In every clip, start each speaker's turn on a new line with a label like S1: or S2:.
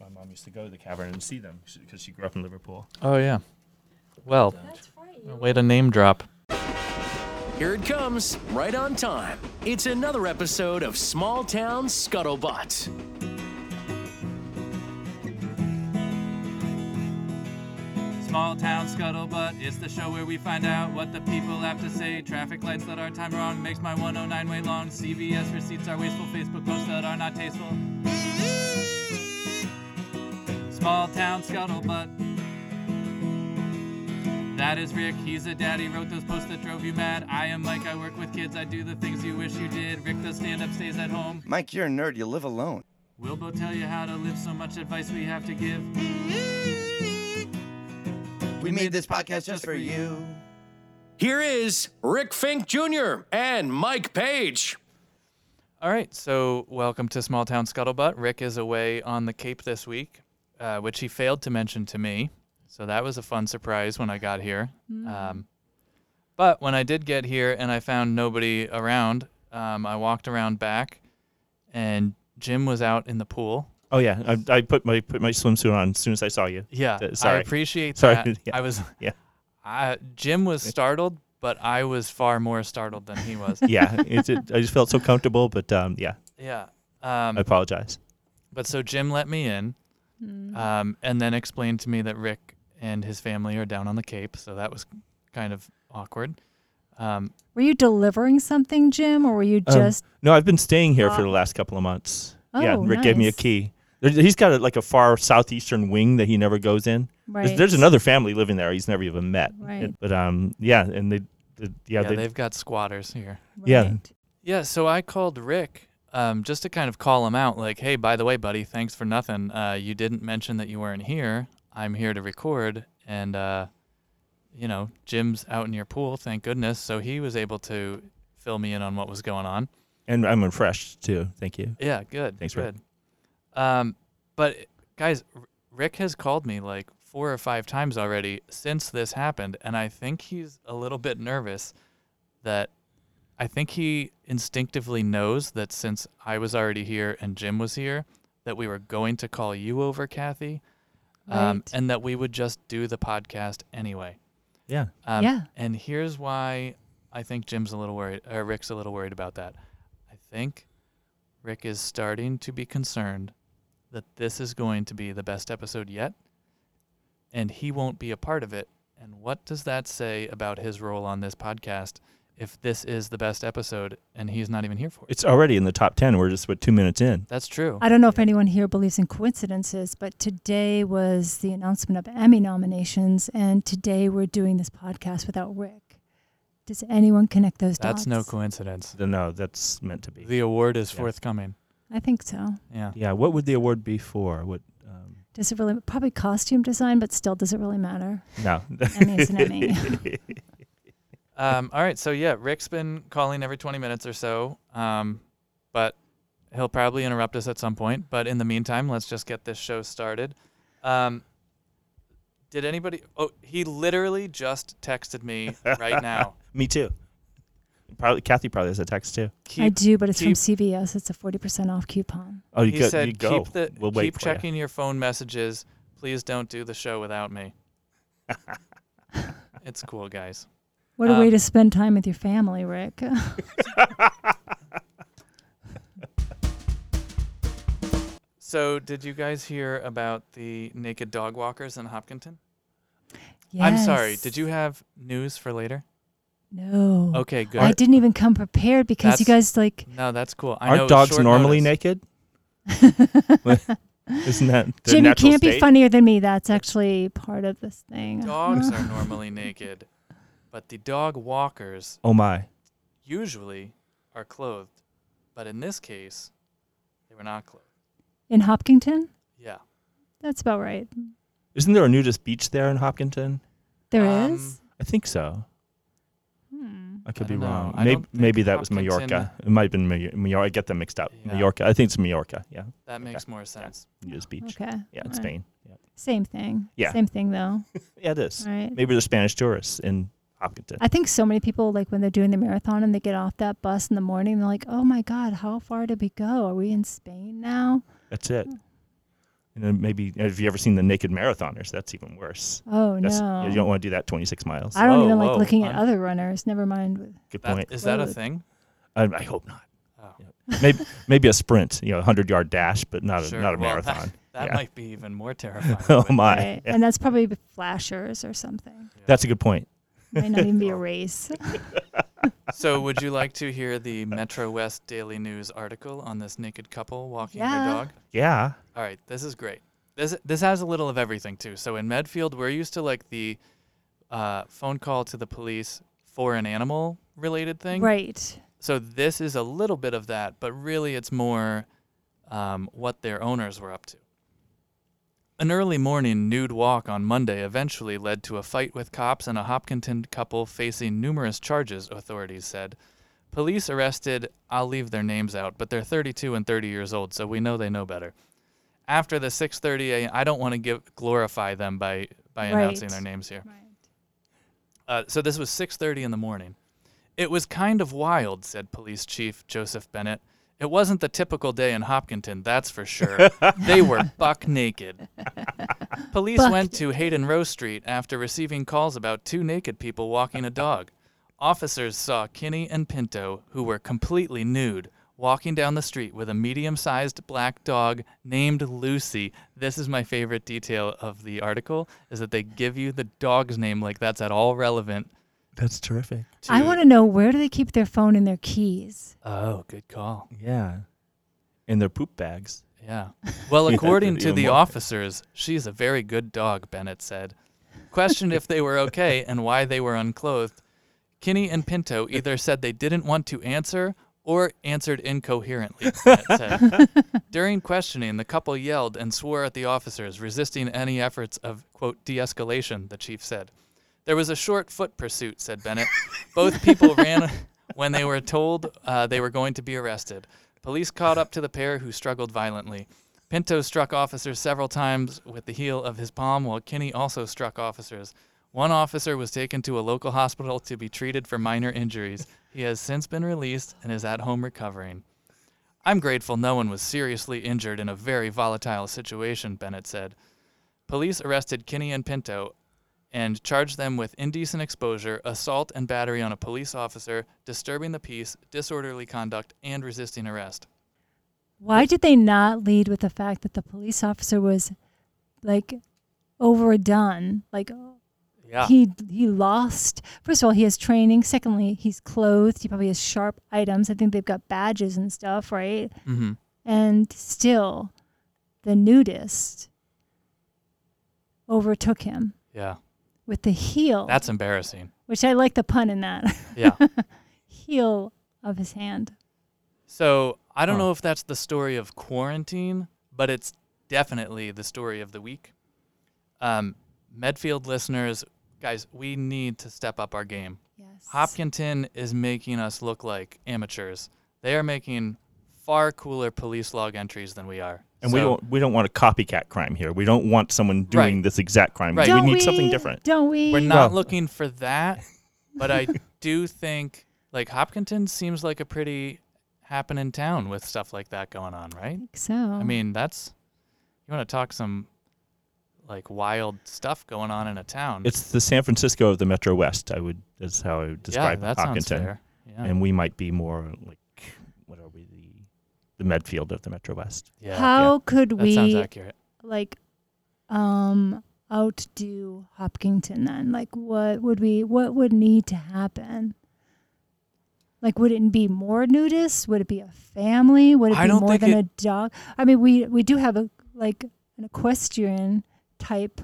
S1: my mom used to go to the cavern and see them because she grew up in Liverpool.
S2: Oh yeah. Well,
S3: That's right. you
S2: way to name drop.
S4: Here it comes, right on time. It's another episode of Small Town Scuttlebutt.
S5: Small Town Scuttlebutt is the show where we find out what the people have to say. Traffic lights that our time wrong makes my 109 way long. CVS receipts are wasteful. Facebook posts that are not tasteful. Small Town Scuttlebutt. That is Rick. He's a daddy. Wrote those posts that drove you mad. I am Mike. I work with kids. I do the things you wish you did. Rick does stand up, stays at home.
S6: Mike, you're a nerd. You live alone.
S5: We'll both tell you how to live. So much advice we have to give.
S6: We made this podcast just for you.
S4: Here is Rick Fink Jr. and Mike Page.
S2: All right, so welcome to Small Town Scuttlebutt. Rick is away on the Cape this week, uh, which he failed to mention to me. So that was a fun surprise when I got here. Um, but when I did get here and I found nobody around, um, I walked around back, and Jim was out in the pool.
S1: Oh yeah, I, I put my put my swimsuit on as soon as I saw you.
S2: Yeah,
S1: Uh, sorry.
S2: I appreciate
S1: Sorry,
S2: that.
S1: yeah,
S2: I was.
S1: yeah.
S2: I, Jim was startled, but I was far more startled than he was.
S1: yeah, it's it, I just felt so comfortable, but um, yeah,
S2: yeah. Um,
S1: I apologize.
S2: But so Jim let me in, um, and then explained to me that Rick and his family are down on the Cape. So that was kind of awkward. Um,
S3: were you delivering something, Jim, or were you
S1: Um,
S3: just?
S1: No, I've been staying here for the
S3: Oh.
S1: last couple of months. yeah,
S3: Oh,
S1: Rick gave me a
S3: nice.
S1: key. There, he's got a, like a far southeastern wing that he never goes in. There's,
S3: Right.
S1: there's another family living there he's never even met.
S3: Right.
S1: But um, yeah, and they, they- yeah,
S2: yeah,
S1: they,
S2: they've got squatters here.
S1: yeah.
S3: Right.
S2: Yeah, so I called Rick um, just to kind of call him out, like, "Hey, by the way, buddy, thanks for nothing. Uh, you didn't mention that you weren't here. I'm here to record, and uh, you know, Jim's out in your pool. Thank goodness. So he was able to fill me in on what was going on.
S1: and I'm refreshed too. Thank you.
S2: Yeah, good.
S1: Thanks, Rick.
S2: good. Um, but guys, R- Rick has called me like four or five times already since this happened, and I think he's a little bit nervous that I think he instinctively knows that since I was already here and Jim was here, that we were going to call you over, Kathy, um,
S3: Right.
S2: and that we would just do the podcast anyway.
S1: Yeah.
S2: Um,
S3: Yeah.
S2: And here's why I think Jim's a little worried, or Rick's a little worried about that. I think Rick is starting to be concerned that this is going to be the best episode yet, and he won't be a part of it. And what does that say about his role on this podcast if this is the best episode and he's not even here for it?
S1: It's already in the top 10. We're just, what, two minutes in.
S2: That's true.
S3: I don't know if anyone here believes in coincidences, but today was the announcement of Emmy nominations, and today we're doing this podcast without Rick. Does anyone connect those dots?
S2: That's no coincidence.
S1: No, that's meant to be.
S2: The award is
S1: Yeah.
S2: forthcoming.
S3: I think so.
S2: Yeah.
S1: yeah. What would the award be for? What? Um,
S3: Does it really? Probably costume design, but still, does it really matter?
S1: no.
S3: Emmy is an Emmy.
S2: Um, all right, so yeah, Rick's been calling every 20 minutes or so, um, but he'll probably interrupt us at some point. But in the meantime, let's just get this show started. Um, did anybody? Oh, he literally just texted me right now.
S1: Me too. Probably Kathy probably has a text too.
S3: I
S2: Keep,
S3: do, but it's from
S2: keep-
S3: CVS. It's a forty percent off coupon.
S1: Oh, you
S2: he
S1: go.
S2: said,
S1: you go.
S2: keep the
S1: we'll wait
S2: keep
S1: for
S2: checking your phone messages. Please don't do the show without me. it's cool, guys.
S3: What a
S2: Um,
S3: way to spend time with your family, Rick.
S2: So, did you guys hear about the naked dog walkers in Hopkinton? I'm sorry. Did
S3: Yes.
S2: you have news for later?
S3: No.
S2: Okay, good.
S3: I didn't even come prepared because you
S2: That's-
S3: guys like
S2: No, that's cool. I
S1: Aren't
S2: know it's
S1: dogs
S2: short
S1: normally naked?
S2: notice.
S1: Isn't that their
S3: Jim. You
S1: natural
S3: can't be
S1: state?
S3: funnier than me. That's actually part of this thing.
S2: Dogs are normally naked, but the dog walkers
S1: Oh my.
S2: usually are clothed, but in this case, they were not clothed.
S3: in Hopkinton.
S2: Yeah.
S3: That's about right.
S1: Isn't there a nudist beach there in Hopkinton?
S3: There
S2: Um,
S3: is.
S1: I think so.
S3: Hmm.
S1: I could
S2: I
S1: be
S2: don't know.
S1: wrong.
S2: I
S1: Maybe,
S2: don't think
S1: maybe that was
S2: Hopkinton-
S1: Mallorca. It might have been Mallorca. I get them mixed up.
S2: Yeah.
S1: Mallorca. I think it's Mallorca. Yeah.
S2: That makes more sense.
S1: Nudist beach.
S3: Okay.
S1: Yeah, it's
S3: All right.
S1: Spain. Yeah.
S3: Same thing.
S1: Yeah.
S3: Same thing though.
S1: yeah, it is.
S3: All right.
S1: Maybe there's Spanish tourists in Hopkinton.
S3: I think so many people like when they're doing the marathon and they get off that bus in the morning, they're like, "Oh my God, how far did we go? Are we in Spain now?"
S1: That's it. And then maybe have you ever seen the naked marathoners? That's even worse.
S3: Oh
S1: That's,
S3: no.
S1: You don't want to do that 26 miles.
S3: I don't
S2: Whoa,
S3: even like
S2: whoa,
S3: looking at
S2: I'm-
S3: other runners. Never mind. with-
S1: Good
S2: That,
S1: point.
S2: is that a
S3: Well,
S2: thing?
S1: I, I hope not.
S2: Oh.
S1: Yeah. Maybe maybe a sprint, you know, a hundred yard dash, but not a
S2: Sure.
S1: not a
S2: Well, that-
S1: marathon.
S2: That,
S1: Yeah.
S2: might be even more terrifying.
S1: oh
S2: but
S1: my,
S3: Right.
S1: Yeah.
S3: And that's probably with flashers or something.
S1: that's a good point.
S3: Might not even be a race.
S2: So, would you like to hear the Metro West Daily News article on this naked couple walking
S3: Yeah.
S2: their dog?
S1: Yeah,
S2: All right, this is great. This this has a little of everything too. So in Medfield, we're used to like the uh, phone call to the police for an animal related thing.
S3: right.
S2: So this is a little bit of that, but really it's more um, what their owners were up to. An early morning nude walk on Monday eventually led to a fight with cops and a Hopkinton couple facing numerous charges, authorities said. Police arrested, I'll leave their names out, but they're 32 and 30 years old, so we know they know better. After the 6:30 a.m., I don't want to give glorify them by by announcing
S3: Right.
S2: their names here.
S3: Right.
S2: Uh, so this was 6:30 in the morning. It was kind of wild, said Police Chief Joseph Bennett. It wasn't the typical day in Hopkinton, that's for sure. they were buck naked. Police
S3: Buck
S2: went to Hayden Row Street after receiving calls about two naked people walking a dog. Officers saw Kinney and Pinto, who were completely nude, walking down the street with a medium sized black dog named Lucy. This is my favorite detail of the article is that they give you the dog's name like that's at all relevant
S1: that's terrific.
S2: to
S3: I want to know where do they keep their phone and their keys?
S2: Oh, good call.
S1: Yeah, in their poop bags.
S2: Yeah. Well,
S1: Yeah,
S2: according
S1: that's
S2: to
S1: even
S2: the
S1: more-
S2: officers, she's a very good dog, Bennett said. Questioned if they were okay and why they were unclothed, Kinney and Pinto either said they didn't want to answer or answered incoherently. Bennett said. During questioning, the couple yelled and swore at the officers, resisting any efforts of, quote, de escalation, the chief said. There was a short foot pursuit, said Bennett. Both people ran when they were told uh, they were going to be arrested. Police caught up to the pair who struggled violently. Pinto struck officers several times with the heel of his palm, while Kinney also struck officers. One officer was taken to a local hospital to be treated for minor injuries. He has since been released and is at home recovering. I'm grateful no one was seriously injured in a very volatile situation, Bennett said. Police arrested Kinney and Pinto and charged them with indecent exposure, assault and battery on a police officer, disturbing the peace, disorderly conduct, and resisting arrest.
S3: Why did they not lead with the fact that the police officer was like overdone? Like
S2: Yeah.
S3: he he lost. First of all, he has training. Secondly, he's clothed. He probably has sharp items. I think they've got badges and stuff, right?
S2: hmm
S3: And still, the nudist overtook him
S2: Yeah.
S3: with the heel,
S2: That's embarrassing.
S3: which I like the pun in that
S2: Yeah.
S3: heel of his hand.
S2: So I don't
S1: Huh.
S2: know if that's the story of quarantine, but it's definitely the story of the week. Um, Medfield listeners, guys, we need to step up our game.
S3: Yes.
S2: Hopkinton is making us look like amateurs. They are making far cooler police log entries than we are.
S1: And we
S2: So-
S1: don't we don't want a copycat crime here. We don't want someone doing
S2: Right.
S1: this exact crime.
S2: Right.
S1: We
S3: Don't
S1: need something different.
S3: Don't we?
S2: We're not
S1: Well-
S2: looking for that, but I do think like Hopkinton seems like a pretty happening town with stuff like that going on, right?
S3: think so.
S2: I mean, that's you want to talk some like wild stuff going on in a town.
S1: It's the San Francisco of the Metro West. I would that's how I would describe
S2: yeah, that
S1: Hopkinton.
S2: sounds fair.
S3: Oh.
S2: Yeah.
S1: And we might be more like what are we the the Medfield of the Metro West.
S2: yeah.
S3: How could
S2: that sounds
S3: we
S2: accurate.
S3: like um outdo Hopkinton then? Like what would we what would need to happen? Like would it be more nudists? Would it be a family? Would it
S2: I
S3: be
S2: don't
S3: more
S2: think
S3: than a dog? I mean we we do have a like an equestrian type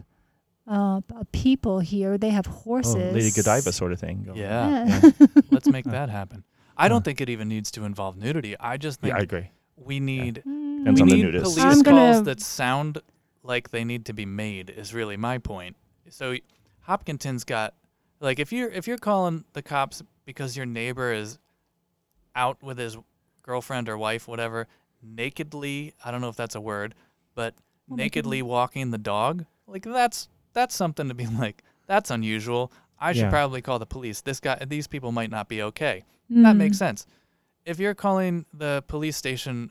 S3: uh of people here. They
S2: Oh,
S3: have horses.
S1: Lady Godiva sort of thing. going on.
S2: Yeah.
S3: Yeah.
S2: Let's make that happen. I don't think it even needs to involve nudity. I just think
S1: Yeah, I agree.
S2: we need
S3: Mm.
S1: Depends
S2: we
S1: on the
S2: need
S1: nudist.
S2: police
S3: I'm gonna-
S2: calls that sound like they need to be made is really my point. So Hopkinton's got like if you're if you're calling the cops because your neighbor is out with his girlfriend or wife, whatever, nakedly I don't know if that's a word, but nakedly walking the dog, like that's that's something to be like, that's unusual. I should
S1: Yeah.
S2: probably call the police. This guy these people might not be okay. That makes sense. If you're calling the police station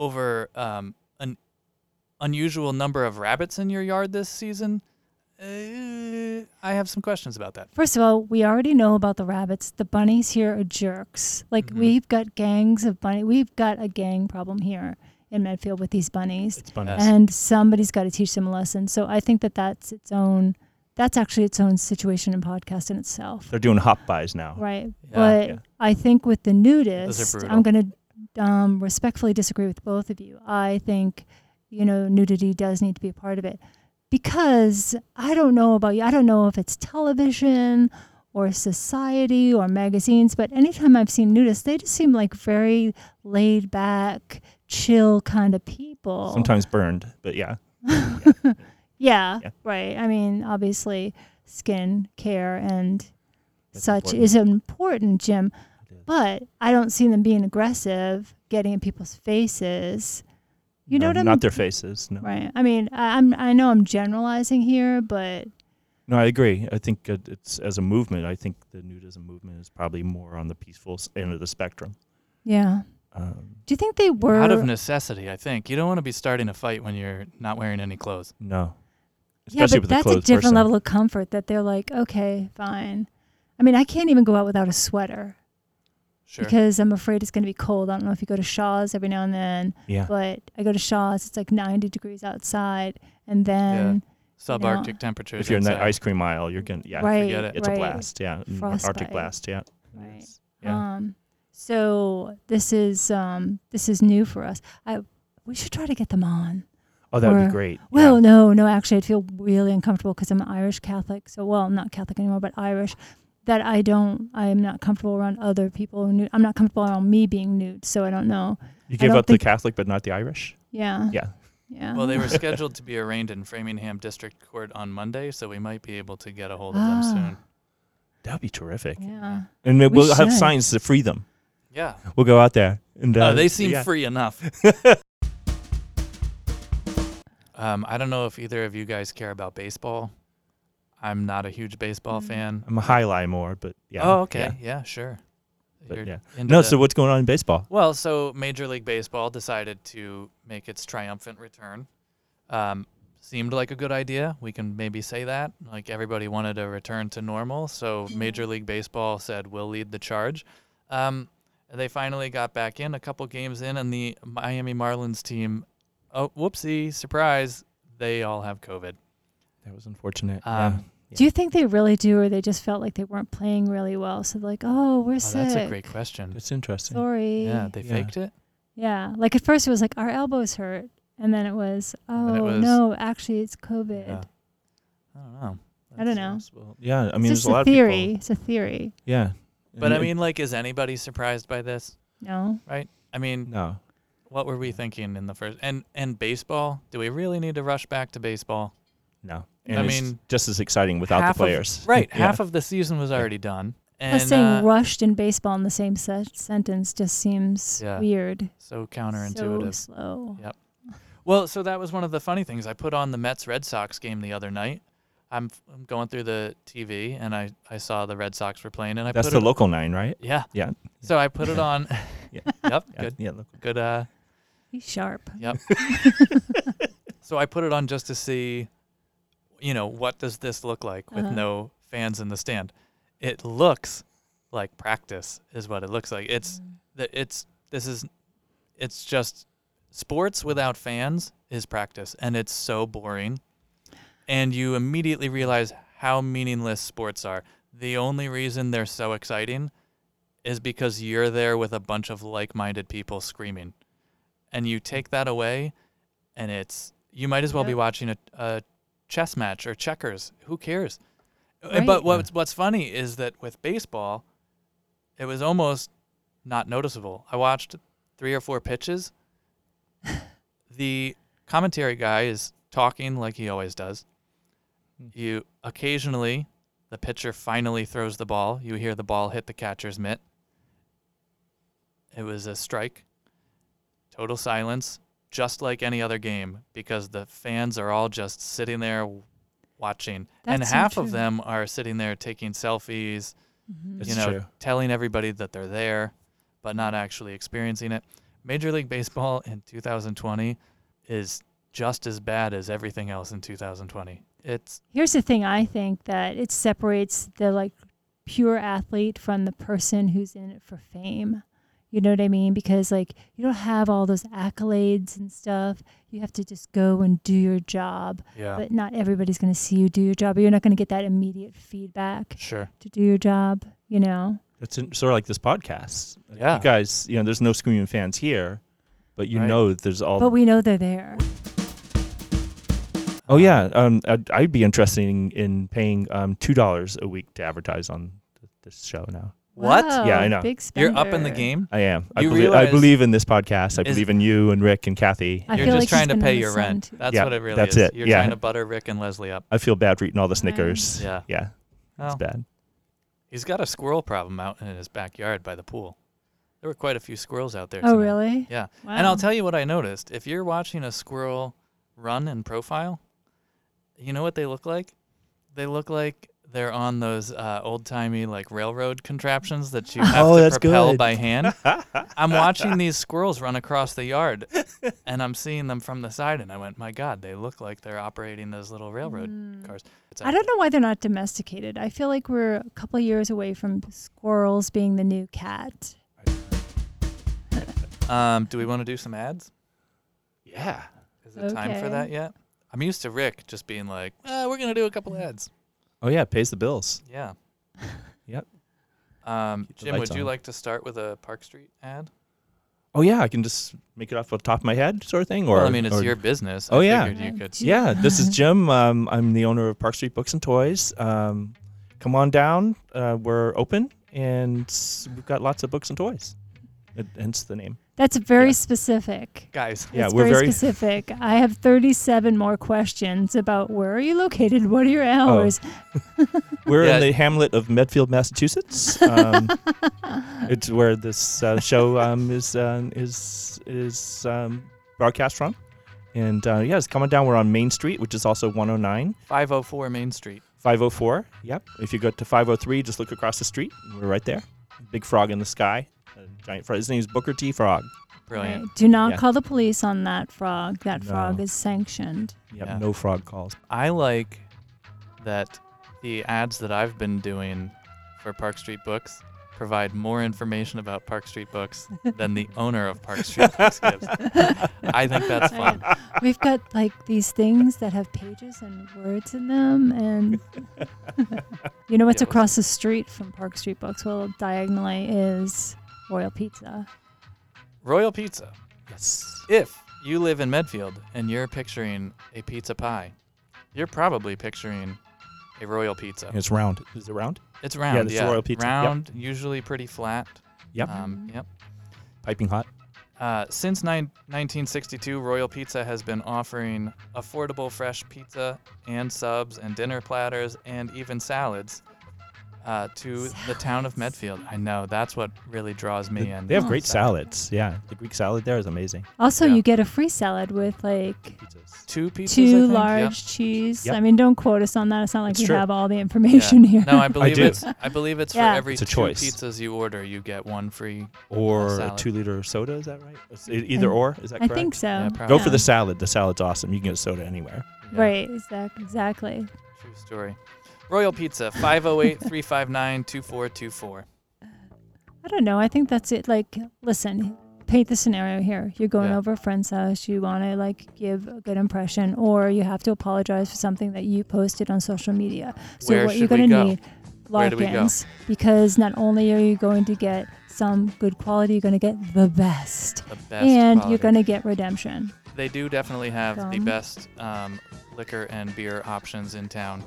S2: over um, an unusual number of rabbits in your yard this season, uh, I have some questions about that.
S3: First of all, we already know about the rabbits. The bunnies here are jerks. Like we've got gangs of bunny. We've got a gang problem here in Medfield with these bunnies,
S1: It's bunnies.
S2: Yes.
S3: and somebody's got to teach them a lesson. So I think that that's its own. That's actually its own situation and podcast in itself.
S1: They're doing hop buys now.
S3: Right.
S2: Yeah,
S3: but
S1: yeah.
S3: I think with the nudist,
S2: brutal.
S3: I'm going to um, respectfully disagree with both of you. I think, you know, nudity does need to be a part of it because I don't know about you. I don't know if it's television or society or magazines, but anytime I've seen nudists, they just seem like very laid back, chill kind of people.
S1: Sometimes burned, but yeah.
S3: Yeah,
S1: Yeah.
S3: right. I mean, obviously, skin care and
S1: That's
S3: such
S1: important.
S3: is important, Jim.
S1: It is.
S3: But I don't see them being aggressive, getting in people's faces. You know
S1: No,
S3: what I mean?
S1: Not their faces. No.
S3: Right. I mean, I, I'm. I know I'm generalizing here, but
S1: No, I agree. I think it- it's as a movement. I think the nudism movement is probably more on the peaceful s- end of the spectrum.
S3: yeah.
S1: Um,
S3: Do you think they were?
S2: Out of necessity, I think. You don't want to be starting a fight when you're not wearing any clothes.
S1: no,
S3: yeah,
S1: especially
S3: but
S1: with
S3: that's
S1: the
S3: a
S1: clothed
S3: different
S1: person.
S3: level of comfort that they're like, okay, fine. I mean, I can't even go out without a sweater
S2: Sure.
S3: because I'm afraid it's going to be cold. I don't know if you go to Shaw's every now and then.
S1: Yeah,
S3: but I go to Shaw's. It's like 90 degrees outside, and then
S2: Subarctic temperatures.
S1: if you're in that
S2: inside.
S1: ice cream aisle, you're gonna yeah,
S3: right,
S2: forget it.
S1: it's
S3: right,
S1: a blast. Yeah, an Arctic
S3: Frostbite.
S1: blast. Yeah,
S3: Right.
S1: It's- yeah.
S3: Um, so this is um, this is new for us. I we should try to get them on.
S1: oh, that would
S3: or-
S1: be great.
S3: Well,
S1: yeah.
S3: no, no, actually, I'd feel really uncomfortable because I'm an Irish Catholic. So, well, I'm not Catholic anymore, but Irish. That I don't, I'm not comfortable around other people. who nude. I'm not comfortable around me being nude, so I don't know.
S1: you gave
S3: don't
S1: up the
S3: think-
S1: Catholic, but not the Irish.
S3: Yeah,
S1: Yeah,
S3: yeah.
S2: Well, they were scheduled to be arraigned in Framingham District Court on Monday, so we might be able to get a hold of them soon.
S3: Ah.
S1: that would be terrific.
S3: yeah.
S1: And we
S3: We
S1: will have
S3: should.
S1: signs to free them.
S2: Yeah.
S1: We'll go out there and uh,
S2: Uh, they seem
S1: yeah.
S2: free enough. um, I don't know if either of you guys care about baseball. I'm not a huge baseball
S3: Mm.
S2: fan.
S1: I'm a high lie more, but yeah.
S2: oh, okay.
S1: yeah,
S2: Yeah, sure.
S1: but
S2: You're
S1: yeah.
S2: into
S1: No,
S2: the-
S1: so what's going on in baseball?
S2: Well, so Major League Baseball decided to make its triumphant return. Um, seemed like a good idea. We can maybe say that. Like everybody wanted a return to normal. So
S3: Mm-hmm.
S2: Major League Baseball said, we'll lead the charge. Um, they finally got back in a couple games in, and the Miami Marlins team, oh, whoopsie, surprise, they all have COVID.
S1: That was unfortunate. yeah.
S2: Um,
S3: Do you think they really do, or they just felt like they weren't playing really well? So, they're like, oh, we're
S2: Oh,
S3: sick.
S2: that's a great question.
S1: It's interesting.
S3: Sorry.
S2: Yeah, they
S1: Yeah.
S2: faked it.
S3: Yeah. Like at first it was like our elbows hurt, and then it was oh
S2: then it was-
S3: no, actually it's COVID.
S2: Yeah. I don't know. uh,
S3: I don't know.
S1: Yeah, I mean,
S3: it's
S1: there's
S3: just
S1: a lot
S3: a
S1: of
S3: theory.
S1: people.
S3: It's a theory.
S1: Yeah,
S2: But
S1: And
S2: I
S1: it-
S2: mean, like, is anybody surprised by this?
S3: No.
S2: I mean,
S1: no.
S2: what were we thinking in the first and and baseball do we really need to rush back to baseball
S1: No.
S2: I
S1: And it's
S2: mean,
S1: just as exciting without the
S2: half of-
S1: players.
S2: right
S1: Yeah.
S2: half of the season was already done and
S3: Plus, saying
S2: uh,
S3: rushed in baseball in the same se- sentence just seems
S2: Yeah.
S3: weird.
S2: so counterintuitive
S3: So slow.
S2: Yeah. well so that was one of the funny things i put on the mets red sox game the other night i'm, I'm going through the tv and i i saw the red sox were playing and i
S1: That's
S2: put
S1: the
S2: it
S1: local nine, right?
S2: yeah
S1: Yeah.
S2: so i put it on
S1: Yeah.
S2: yep
S1: Yeah.
S2: good
S1: Yeah. local.
S2: good uh
S3: He's sharp.
S2: so I put it on just to see, you know, what does this look like with
S3: Uh-huh.
S2: no fans in the stand? It looks like practice is what it looks like. It's that it's this is it's just sports without fans is practice and it's so boring. And you immediately realize how meaningless sports are. The only reason they're so exciting is because you're there with a bunch of like-minded people screaming. And you take that away and it's you might as well be
S3: Yep.
S2: watching a, a chess match or checkers. Who cares? Uh,
S3: Right.
S2: But what's what's funny is that with baseball, it was almost not noticeable. I watched three or four pitches. the commentary guy is talking like he always does. You occasionally, the pitcher finally throws the ball. You hear the ball hit the catcher's mitt. It was a strike. Total silence, just like any other game, because the fans are all just sitting there w- watching, and
S3: That's so
S2: half of
S3: true.
S2: them are sitting there taking selfies
S3: Mhm.
S1: It's
S2: you know,
S1: true.
S2: telling everybody that they're there, but not actually experiencing it. Major League Baseball in 2020 is just as bad as everything else in 2020. It's
S3: Here's the thing I think that it separates the like pure athlete from the person who's in it for fame. You know what I mean? Because like you don't have all those accolades and stuff. You have to just go and do your job.
S2: yeah,
S3: But not everybody's going to see you do your job. You're not going to get that immediate feedback
S2: sure.
S3: to do your job, you know?
S1: It's in, sort of like this podcast. Like,
S2: Yeah.
S1: You guys, you know, there's no screaming fans here, but you
S2: Right.
S1: know that there's
S2: Oh.
S1: all.
S3: But we know they're there.
S1: oh yeah, um, I'd, I'd be interested in, in paying um two dollars a week to advertise on th- this show now.
S2: What?
S3: Wow,
S1: Yeah, I know.
S3: Big
S2: You're up in the
S3: spender.
S2: game.
S1: I am. I
S2: You
S1: believe, I
S2: realize-
S1: believe in this podcast. I
S2: Is-
S1: believe in you and Rick and Kathy.
S3: I
S2: You're
S3: feel
S2: just
S3: like
S2: trying to
S3: he's
S2: pay
S3: gonna
S2: your
S3: listen
S2: rent.
S3: to-
S2: That's
S1: Yeah,
S2: what it really
S1: that's
S2: is.
S1: it,
S2: You're
S1: yeah.
S2: trying to butter Rick and Leslie up.
S1: I feel bad for eating all the Snickers.
S2: Mm. Yeah.
S1: Yeah,
S2: Oh.
S1: it's bad.
S2: He's got a squirrel problem out in his backyard by the pool. There were quite a few squirrels out there.
S3: Oh,
S2: tonight.
S3: really?
S2: Yeah.
S3: Wow.
S2: And I'll tell you what I noticed. If you're watching a squirrel run in profile, you know what they look like? They look like they're on those uh, old timey like railroad contraptions that you have
S1: Oh,
S2: to
S1: that's
S2: propel
S1: good.
S2: by hand. I'm watching these squirrels run across the yard, and I'm seeing them from the side, and I went, "My God, they look like they're operating those little railroad cars." It's
S3: Hmm. I don't know why they're not domesticated. I feel like we're a couple of years away from squirrels being the new cat.
S2: know. Um, do we want to do some ads?
S1: Yeah.
S2: Is it time for that
S3: Okay.
S2: yet? I'm used to Rick just being like, uh, "We're gonna do a couple ads."
S1: Oh yeah, it pays the bills.
S2: Yeah.
S1: Yep.
S2: Um,
S1: Keep the
S2: Jim,
S1: lights
S2: would you
S1: on.
S2: like to start with a Park Street ad?
S1: Oh yeah, I can just make it off the top of my head, sort of thing. Or
S2: well, I mean, it's
S1: or-
S2: your business.
S1: Oh,
S2: I
S1: yeah.
S2: Figured you could.
S1: Yeah, this is Jim. Um, I'm the owner of Park Street Books and Toys. Um, come on down. Uh, we're open, and s- we've got lots of books and toys. It, hence the name.
S3: That's very
S1: Yeah.
S3: specific.
S2: Guys,
S1: Yeah,
S3: It's
S1: we're
S3: very,
S1: very-
S3: specific. I have 37 more questions about where are you located? What are your
S1: Oh.
S3: hours?
S1: We're
S2: Yeah.
S1: in the hamlet of Medfield, Massachusetts. Um, it's where this uh, show um, is um, is is um, broadcast from. And uh, yeah, it's coming down. We're on Main Street, which is also 109,
S2: 504 Main Street.
S1: 504. Yep. If you go to 503, just look across the street. and We're right there. Big frog in the sky. A giant frog. His name's Booker T. Frog.
S2: Brilliant.
S3: Right. Do not
S1: Yeah.
S3: call the police on that frog. That frog
S1: No.
S3: is sanctioned.
S1: Yep.
S2: Yeah.
S1: No frog calls.
S2: I like that the ads that I've been doing for Park Street Books provide more information about Park Street Books than the owner of Park Street Books gives. I think that's
S3: Right.
S2: fun.
S3: We've got like these things that have pages and words in them. And you
S2: Yeah,
S3: know what's
S2: what's-
S3: across the street from Park Street Books? Well, diagonally is Royal Pizza.
S2: Royal Pizza.
S1: Yes.
S2: If you live in Medfield and you're picturing a pizza pie, you're probably picturing a royal pizza.
S1: It's round. Is it round?
S2: It's round,
S1: it's
S2: yeah.
S1: a royal pizza, yep.
S2: Round, usually pretty flat.
S1: Yep.
S2: Um, yep.
S1: Piping hot.
S2: Uh, since nine, 1962, Royal Pizza has been offering affordable fresh pizza and subs and dinner platters and even salads uh, to the town of Medfield. I know that's what really draws me in.
S1: They have
S3: Oh,
S1: great
S2: Salad.
S1: salads. Yeah. The Greek salad there is amazing.
S3: Also,
S2: Yeah.
S3: you get a free salad with like
S1: Pizzas.
S2: Two pizzas, I
S3: two
S2: think?
S3: large
S2: Yep.
S3: cheese.
S1: Yep.
S3: I mean, don't quote us on that. It's not like
S1: It's
S3: we
S1: true.
S3: have all the
S2: Yeah.
S3: information here.
S2: No, I believe
S1: do.
S2: it's I believe it's
S3: Yeah.
S2: for every
S1: It's a
S2: two
S1: choice.
S2: pizzas you order, you get one free.
S1: Or a
S2: salad.
S1: two liter soda. Is that right? It's e- either
S3: I-
S1: or. Is that
S3: I
S1: correct?
S3: think so.
S2: Yeah,
S1: Go
S2: probably.
S1: for the salad. The salad's awesome. You can get soda anywhere.
S2: Yeah,
S3: Right, exactly. exactly.
S2: True story. Royal Pizza 508-359-2424.
S3: I don't know. I think that's it. Like, listen, paint the scenario here. You're going
S2: Yeah.
S3: over a friend's house. You want to like give a good impression, or you have to apologize for something that you posted on social media. So
S2: Where
S3: what you're
S2: should we
S3: going to
S2: go?
S3: need
S2: Where do we go?
S3: Larkins, because not only are you going to get some good quality, you're going to get the best,
S2: The best
S3: and you're
S2: quality.
S3: going to get redemption.
S2: They do definitely have the
S3: Gum.
S2: best um, liquor and beer options in town.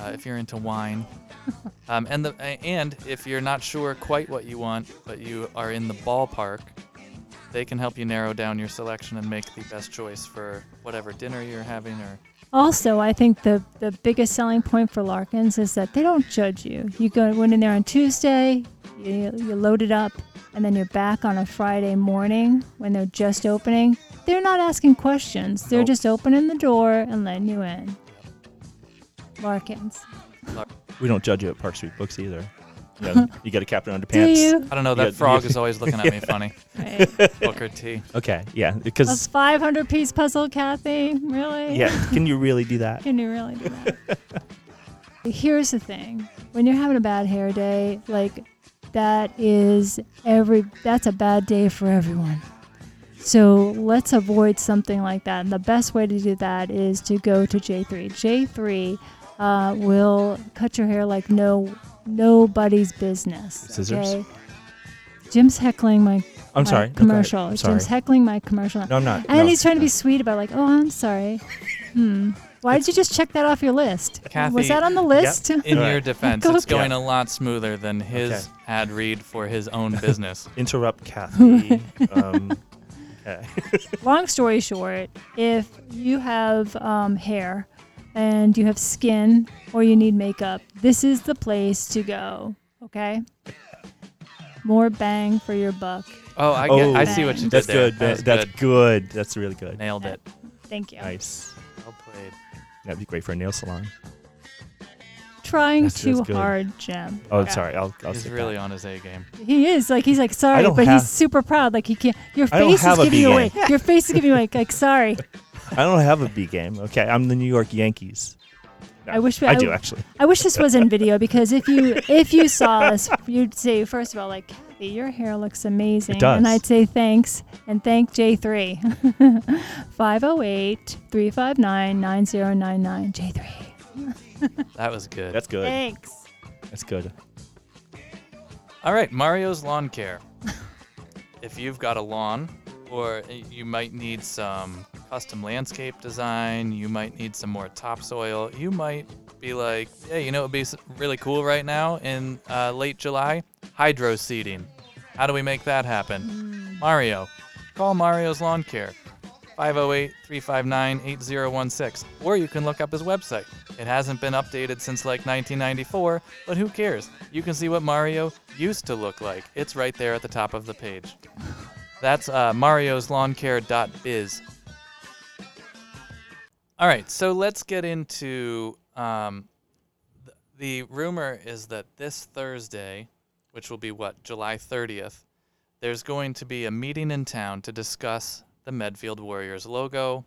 S2: Uh, if you're into wine, um, and the a- and if you're not sure quite what you want, but you are in the ballpark, they can help you narrow down your selection and make the best choice for whatever dinner you're having or
S3: Also, I think the, the biggest selling point for Larkins is that they don't judge you. You go went in there on Tuesday, you, you load it up, and then you're back on a Friday morning when they're just opening. They're not asking questions. They're
S2: Nope.
S3: just opening the door and letting you in. Larkins.
S1: We don't judge you at Park Street Books either. You gotta, you gotta cap it
S3: Do
S1: underpants.
S3: you?
S2: I don't know.
S1: Yeah,
S2: That frog
S1: yeah.
S2: is always looking at me funny.
S3: Right.
S2: Booker T.
S1: Okay, yeah,
S3: A
S1: because
S3: 500 piece puzzle, Kathy? Really?
S1: yeah, can you really do that?
S3: Can you really do that? Here's the thing. When you're having a bad hair day, like that is every that's a bad day for everyone. So let's avoid something like that. And the best way to do that is to go to J3. J3 uh, will cut your hair like no nobody's business.
S1: Scissors?
S3: okay? Jim's heckling my,
S1: I'm sorry.
S3: my
S1: no, go ahead.
S3: commercial.
S1: I'm sorry.
S3: Jim's heckling my commercial.
S1: No, I'm not.
S3: And
S1: no,
S3: he's trying to be
S1: no.
S3: sweet about like, oh, I'm sorry. Hmm. Why did you just check that off your list?
S2: Kathy,
S3: Was that on the list?
S2: In
S1: Right.
S2: your defense,
S3: Go
S2: it's
S1: ahead.
S2: going a lot smoother than his
S1: Okay.
S2: ad read for his own business.
S1: interrupt Kathy. um, okay.
S3: Long story short, if you have um, hair and you have skin or you need makeup, this is the place to go. Okay. More bang for your buck.
S2: Oh, I, get,
S1: Oh,
S2: I see what you did
S1: That's
S2: there.
S1: good.
S2: That
S1: That,
S2: was
S1: that's
S2: good.
S1: good. That's really good.
S2: Nailed it.
S3: Thank you.
S1: Nice.
S2: Well played.
S1: That'd be great for a nail salon.
S3: Trying
S1: That feels
S3: too
S1: good.
S3: hard, Jim.
S1: Oh,
S3: Yeah.
S1: sorry. I'll. I'll
S2: He's
S1: skip
S2: really
S1: that.
S2: on his A game.
S3: He is like he's like sorry,
S1: don't
S3: but
S1: have-
S3: he's super proud. Like he can't. Your
S1: I don't
S3: face is
S1: have a
S3: giving you away.
S1: big
S3: Your face is giving away. Like sorry.
S1: I don't have a B game. Okay, I'm the New York Yankees. No,
S3: I wish we-
S1: I
S3: I-
S1: do actually.
S3: I wish this was in video because if you if you saw us, you'd say first of all, like Kathy, your hair looks amazing,
S1: It does.
S3: and I'd say thanks and thank J3 508-359-9099 J3.
S2: That was good.
S1: That's good.
S3: Thanks.
S1: That's good.
S2: All right, Mario's Lawn Care. if you've got a lawn, or you might need some custom landscape design, you might need some more topsoil, you might be like, hey, you know, it'd be s- really cool right now in uh, late July, hydro seeding. How do we make that happen? Mario, call Mario's Lawn Care. 508 359 8016. Or you can look up his website. It hasn't been updated since like 1994, but who cares? You can see what Mario used to look like. It's right there at the top of the page. That's uh, marioslawncare.biz. All right, so let's get into um, th- the rumor is that this Thursday, which will be what, July 30th, there's going to be a meeting in town to discuss the Medfield Warriors logo,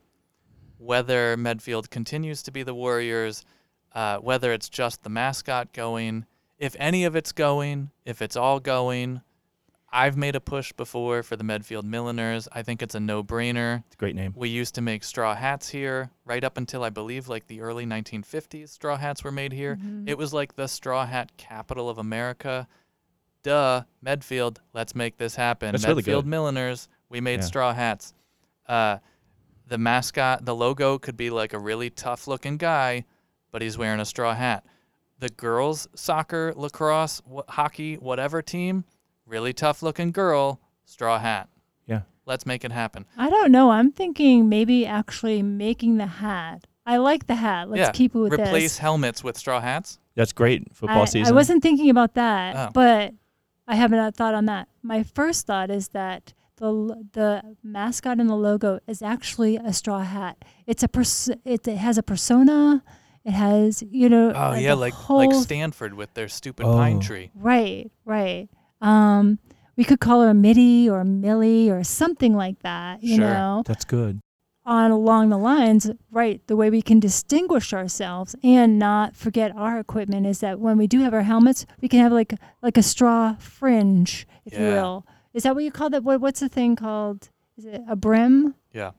S2: whether Medfield continues to be the Warriors, uh, whether it's just the mascot going, if any of it's going, if it's all going. I've made a push before for the Medfield Milliners. I think it's a no brainer.
S1: It's a great name.
S2: We used to make straw hats here, right up until I believe like the early 1950s. Straw hats were made here. It was like the straw hat capital of America. Duh, Medfield, let's make this happen.
S1: That's really
S2: Medfield
S1: good.
S2: Milliners, we made
S1: Yeah.
S2: straw hats. Uh, the mascot, the logo could be like a really tough looking guy, but he's wearing a straw hat. The girls' soccer, lacrosse, wh- hockey, whatever team, really tough looking girl, straw hat.
S1: Yeah.
S2: Let's make it happen.
S3: I don't know. I'm thinking maybe actually making the hat. I like the hat. Let's
S2: yeah.
S3: keep it with
S2: Replace
S3: this.
S2: helmets with straw hats.
S1: That's great. Football
S3: I,
S1: season.
S3: I wasn't thinking about that,
S2: Oh.
S3: but I have not thought on that. My first thought is that the l- the mascot and the logo is actually a straw hat. It's a pers- it, it has a persona. It has you know.
S2: Oh
S3: the
S2: yeah, like
S3: whole
S2: like Stanford with their stupid pine
S1: Oh.
S2: tree.
S3: Right, right. Um, we could call her a Mitty or Millie or something like that. You
S2: Sure.
S3: know,
S1: That's good.
S3: on along the lines, right, the way we can distinguish ourselves and not forget our equipment is that when we do have our helmets, we can have like like a straw fringe, if you
S2: Yeah.
S3: will. Is that what you call that? What, what's the thing called? Is it a brim?
S2: Yeah.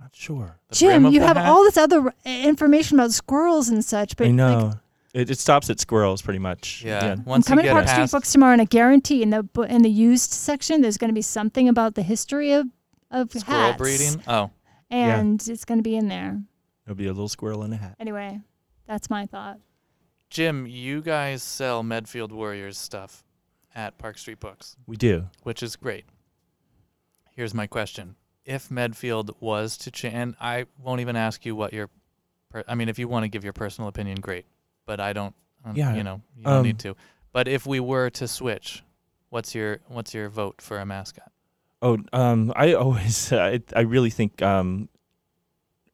S1: Not sure.
S2: The brim
S3: Jim,
S2: of
S3: you
S2: the
S3: have
S2: hat.
S3: all this other uh, information about squirrels and such, but
S1: I
S3: like,
S1: know. it, it stops at squirrels pretty much.
S2: Yeah.
S3: I'm
S2: Once
S3: coming
S2: you
S3: to
S2: get
S3: Park
S2: past,
S3: Street Books tomorrow, and I guarantee in the bu- in the used section, there's going to be something about the history of of
S2: squirrel
S3: hats,
S2: breeding. Oh,
S1: Yeah.
S3: and it's going to be in there
S1: It'll be a little squirrel in a hat.
S3: anyway. That's my thought.
S2: Jim, you guys sell Medfield Warriors stuff at Park Street Books,
S1: We do.
S2: which is great. Here's my question: If Medfield was to change, and I won't even ask you what your, per- I mean, if you want to give your personal opinion, great. But I don't. um,
S1: Yeah,
S2: You know, you don't
S1: um,
S2: need to. But if we were to switch, what's your what's your vote for a mascot?
S1: Oh, um, I
S2: Mm. Hmm,
S1: always, I, I really think, um,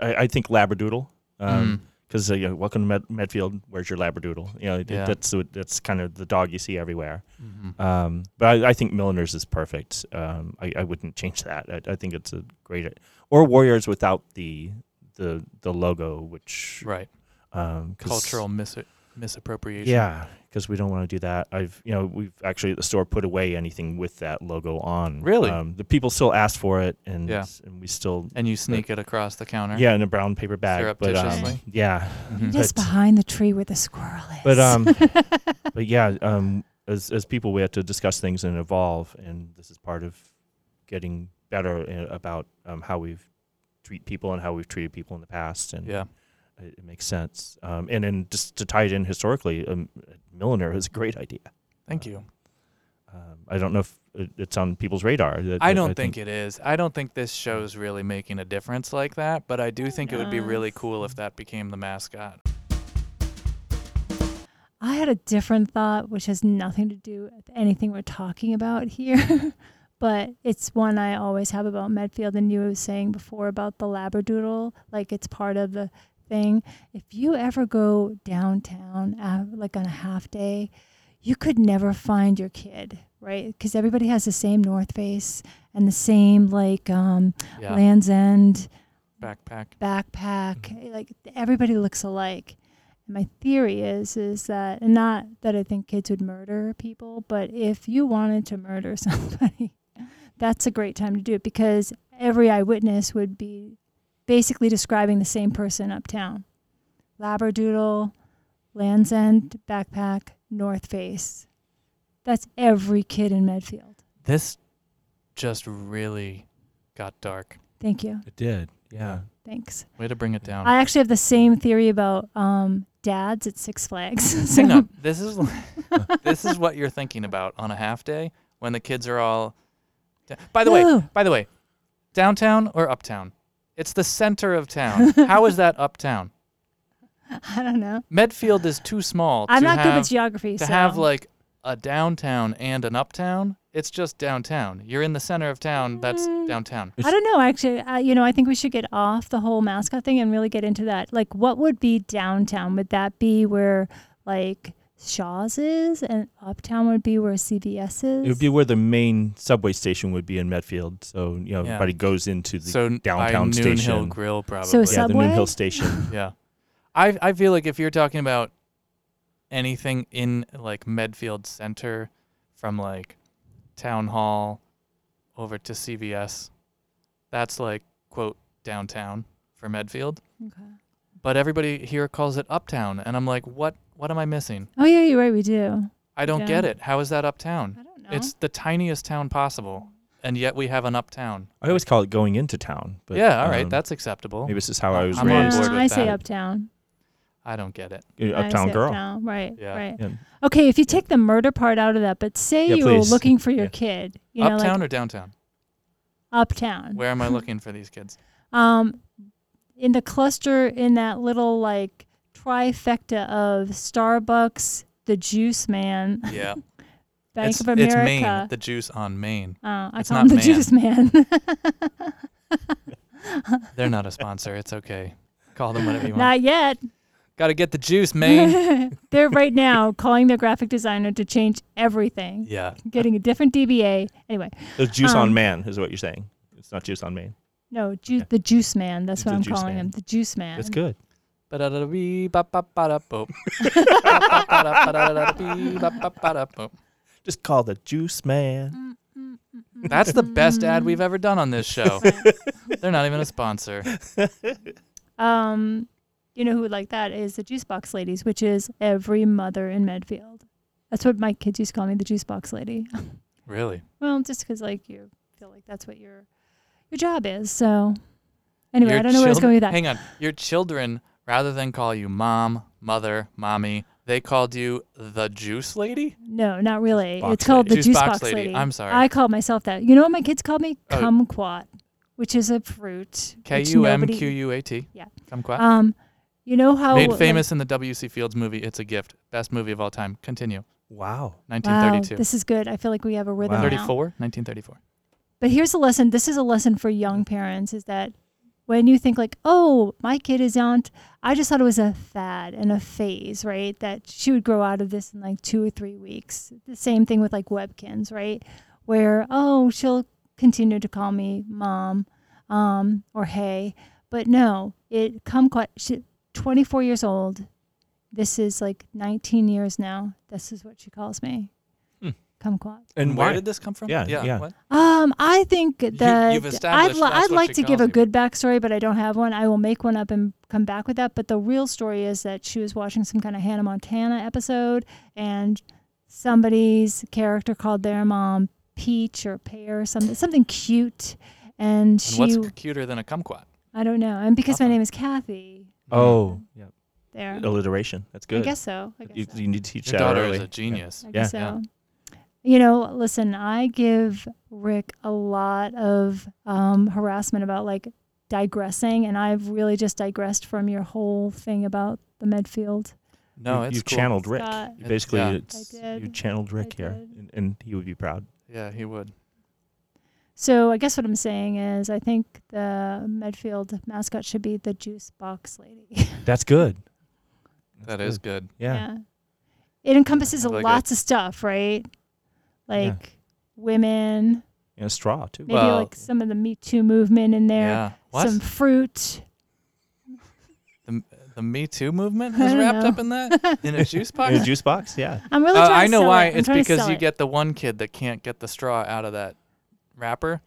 S1: I, I think Labradoodle. Um, because uh, you know, welcome to Med- Medfield. Where's your labradoodle? You know, it-
S2: Yeah. Mm-hmm.
S1: that's what- that's kind of the dog you see everywhere. Um, but I, I think Milliners is perfect. Um, I, I wouldn't change that. I, I think it's a great or Warriors without the the the logo, which
S2: Right.
S1: um, 'cause-
S2: Cultural mis- misappropriation.
S1: Yeah, because we don't want to do that. I've you know we've actually at the store put away anything with that logo on.
S2: Really?
S1: Um, the people still ask for it, and
S2: Yeah.
S1: and we still
S2: And you sneak it across the counter.
S1: yeah in a brown paper bag. But um,
S2: Surreptitiously?
S1: yeah,
S2: Mhm.
S3: Just
S1: But-
S3: behind the tree where the squirrel is.
S1: but um, but yeah, um, as as people, we have to discuss things and evolve, and this is part of getting better uh, about um, how we've treat people and how we've treated people in the past, and
S2: Yeah.
S1: it, it makes sense. Um, and then just to tie it in historically, um, milliner is a great idea.
S2: Thank you.
S1: Um, I don't know if it, it's on people's radar. that-
S2: I
S1: that
S2: don't think, it is. I don't think this show's really making a difference like that, but I do think it would be really cool if that became the mascot.
S3: I had a different thought, which has nothing to do with anything we're talking about here, but it's one I always have about Medfield. And you were saying before about the Labradoodle, like it's part of the thing. If you ever go downtown, uh, like on a half day, you could never find your kid, right? Because everybody has the same North Face and the same, like, um,
S2: Yeah.
S3: Land's End
S2: Backpack.
S3: backpack. eh, Like everybody looks alike. And my theory is is that and not that I think kids would murder people, but if you wanted to murder somebody, that's a great time to do it because every eyewitness would be basically describing the same person uptown. Labradoodle, Land's End backpack, North Face. That's every kid in Medfield.
S2: This just really got dark.
S3: Thank you.
S1: it did. Yeah.
S3: Thanks.
S2: Way to bring it down.
S3: I actually have the same theory about um, dads at Six Flags. so
S2: Hang on. This is this is what you're thinking about on a half day when the kids are all. da- By the way,
S3: No.
S2: by the way, downtown or uptown? It's the center of town. How is that uptown?
S3: I don't know.
S2: Medfield is too small.
S3: I'm
S2: to
S3: not good
S2: have-
S3: with geography.
S2: to
S3: so.
S2: have like a downtown and an uptown. It's just downtown. You're in the center of town. That's
S3: Mm.
S2: downtown.
S3: I don't know. Actually, uh, you know, I think we should get off the whole mascot thing and really get into that. Like, what would be downtown? Would that be where like Shaw's is, and uptown would be where CVS is?
S1: It would be where the main subway station would be in Medfield. So, you know,
S2: Yeah.
S1: everybody goes into the
S2: So n-
S1: downtown
S2: by Noon Hill
S1: station.
S2: Grill probably.
S3: So
S1: yeah, the Noon
S3: Subway?
S1: Hill station.
S2: yeah. I I feel like if you're talking about anything in like Medfield Center, from like Town Hall over to CVS, that's like quote downtown for Medfield.
S3: Okay.
S2: But everybody here calls it uptown, and I'm like, what? What am I missing?
S3: Oh yeah, you're right. We do.
S2: I don't
S3: Yeah.
S2: get it. How is that uptown?
S3: I don't know.
S2: It's the tiniest town possible, and yet we have an uptown.
S1: I always call it going into town. But,
S2: yeah, all right,
S1: um,
S2: that's acceptable.
S1: Maybe this is how I was
S2: I'm on
S3: Yeah,
S1: raised.
S2: board with
S3: I say
S2: that.
S3: uptown.
S2: I don't get it.
S1: You know,
S3: I say
S1: Uptown girl.
S3: uptown, Right.
S2: Yeah.
S3: Right.
S1: Yeah.
S3: Okay, if you take the murder part out of that, but say
S1: Yeah,
S3: you were
S1: please.
S3: looking for your
S1: Yeah.
S3: kid, you know,
S2: uptown
S3: like
S2: or downtown?
S3: uptown.
S2: Where am I looking for these kids?
S3: um, in the cluster in that little like trifecta of Starbucks, the Juice Man,
S2: Yeah,
S3: Bank
S2: it's,
S3: of
S2: it's
S3: America.
S2: Maine. The juice on Maine.
S3: Oh, I
S2: It's
S3: call him the
S2: not
S3: Juice Man.
S2: They're not a sponsor. It's okay. Call them whatever you want.
S3: Not yet.
S2: Got to get the juice, Maine.
S3: They're right now calling their graphic designer to change everything,
S2: yeah,
S3: getting a different DBA. Anyway,
S1: So juice
S3: Um,
S1: on man is what you're saying. It's not juice on man.
S3: no, ju- the Juice Man. That's
S1: The
S3: what I'm
S1: Juice
S3: calling
S1: Man.
S3: him. The Juice Man.
S1: That's good.
S2: Ba-da-da-da-bee, ba-ba-ba-da-boop. Ba-ba-ba-da-ba-da-da-da-bee, ba-ba-ba-da-boop.
S1: Just call the juice man.
S2: That's the best ad we've ever done on this show. They're not even a sponsor.
S3: Um, you know who would like that is the juice box ladies, which is every mother in Medfield. That's what my kids used to call me, the juice box lady.
S2: Really?
S3: well, just 'cause like you feel like that's what your your job is. So anyway,
S2: Your
S3: I don't know where I was
S2: children-
S3: going with that.
S2: Hang on. Your children, rather than call you mom, mother, mommy, they called you the juice lady?
S3: No, not really.
S1: Box
S3: it's called
S2: lady.
S3: the
S2: Juice
S3: juice
S2: box
S3: box,
S2: lady.
S3: lady.
S2: I'm sorry.
S3: I called myself that. You know what my kids called me?
S2: Oh.
S3: Kumquat, which is a fruit.
S2: K
S3: which
S2: U M
S3: nobody-
S2: Q U A T.
S3: Yeah.
S2: Kumquat.
S3: Um, you know how
S2: Made
S3: like-
S2: famous in the W.C. Fields movie, It's a Gift. Best movie of all time. Continue.
S1: Wow.
S3: wow,
S2: 1932.
S3: this is good. I feel like we have a rhythm. now.
S2: 34? 1934.
S3: But here's a lesson. This is a lesson for young parents: is that when you think like, oh, my kid is aunt, I just thought it was a fad and a phase, right? That she would grow out of this in like two or three weeks. The same thing with like Webkins, right? Where oh, she'll continue to call me mom, um, or hey, but no, it come quite. She, 24 years old. This is like 19 years now. This is what she calls me.
S1: Hmm.
S3: Kumquat.
S1: And
S2: where
S1: why?
S2: did this come from?
S1: Yeah, yeah.
S2: what?
S3: Um, I think that
S2: you've
S3: I'd,
S2: established
S3: li-
S2: that's what
S3: I'd like
S2: she
S3: to give
S2: calls
S3: a
S2: you.
S3: good backstory, but I don't have one. I will make one up and come back with that. But the real story is that she was watching some kind of Hannah Montana episode, and somebody's character called their mom Peach or Pear or something, something cute. And
S2: And
S3: she,
S2: what's cuter than a kumquat?
S3: I don't know. And because
S2: Nothing.
S3: my
S1: Uh-huh.
S3: name is Kathy,
S1: Oh, yeah.
S3: there,
S1: Alliteration. That's
S3: I
S1: good.
S3: guess so. I guess
S1: you,
S3: so.
S1: you need to teach
S2: Mm-hmm. Your
S1: that
S2: daughter
S1: early.
S2: is a genius.
S3: I
S1: Yeah.
S3: guess
S2: Yeah.
S3: so. You know, listen, I give Rick a lot of um, harassment about like digressing, and I've really just digressed from your whole thing about the Medfield.
S2: No,
S1: you,
S2: it's
S1: you
S2: cool.
S1: channeled Rick.
S3: Scott.
S1: You basically,
S2: Yeah. I
S1: it's, you
S3: did.
S1: channeled Rick here,
S3: did.
S1: and, and he would be proud.
S2: Yeah, he would.
S3: So I guess what I'm saying is, I think the Medfield mascot should be the juice box lady. yeah.
S1: That's good.
S2: That's good.
S1: Yeah.
S3: It encompasses
S2: I like it.
S3: lots of stuff, right?
S1: Yeah.
S3: Like women,
S1: And a straw too.
S3: maybe
S2: Well-
S3: like some of the Me Too movement in there,
S2: Yeah. What?
S3: some fruit.
S2: the Me Too movement
S3: I
S2: is
S3: don't
S2: wrapped
S3: know.
S2: up in that? In a juice box?
S1: In a juice box. Yeah.
S3: I'm really
S2: Uh,
S3: trying
S2: I
S3: to
S2: know
S3: sell
S2: why.
S3: it. I'm
S2: It's
S3: trying to
S2: because
S3: sell
S2: you
S3: it.
S2: get the one kid that can't get the straw out of that wrapper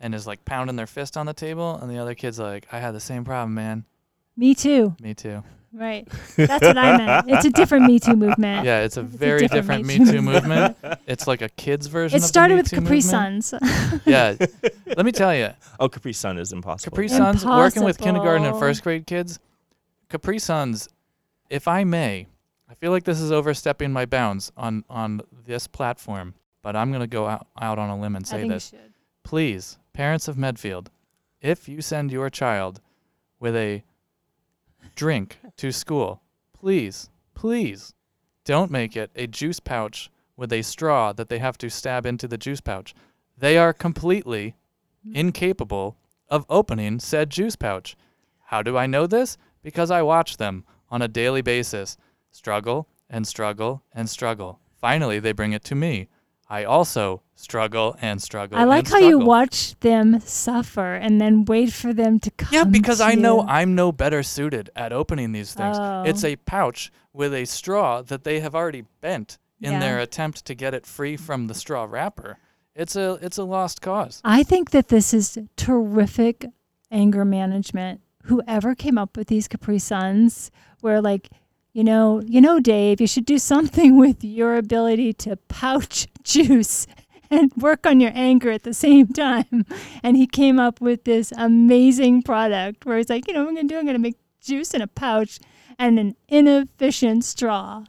S2: and is like pounding their fist on the table, and the other kid's like, I had the same problem, man.
S3: Me Too.
S2: Me too.
S3: Right. That's what I meant. It's a different Me Too movement.
S2: Yeah, it's a very different,
S3: different Me
S2: Me
S3: Too
S2: Too movement. It's like a kid's version
S3: It
S2: of the
S3: started
S2: Me
S3: with
S2: Too
S3: Capri
S2: movement.
S3: Suns.
S2: Yeah. Let me tell you,
S1: Oh, Capri Sun is impossible.
S2: Capri
S1: Yeah.
S2: Suns, working with kindergarten and
S3: Impossible.
S2: first grade kids. Capri Suns, if I may, I feel like this is overstepping my bounds on, on this platform, but I'm going to go out, out on a limb and
S3: I
S2: say
S3: think you
S2: this.
S3: should.
S2: Please, parents of Medfield, if you send your child with a drink to school, please, please don't make it a juice pouch with a straw that they have to stab into the juice pouch. They are completely incapable of opening said juice pouch. How do I know this? Because I watch them on a daily basis struggle and struggle and struggle. Finally, they bring it to me. I also struggle and struggle.
S3: I like
S2: and
S3: how you
S2: struggle.
S3: watch them suffer and then wait for them to come.
S2: Yeah, because
S3: to
S2: I know
S3: you.
S2: I'm no better suited at opening these things. It's
S3: Oh.
S2: a pouch with a straw that they have already bent in
S3: Yeah.
S2: their attempt to get it free from the straw wrapper. It's a it's a lost cause.
S3: I think that this is terrific anger management. Whoever came up with these Capri Suns, where like, you know, you know, Dave, you should do something with your ability to pouch juice and work on your anger at the same time. And he came up with this amazing product where he's like, you know, what I'm gonna do, I'm gonna make juice in a pouch and an inefficient straw.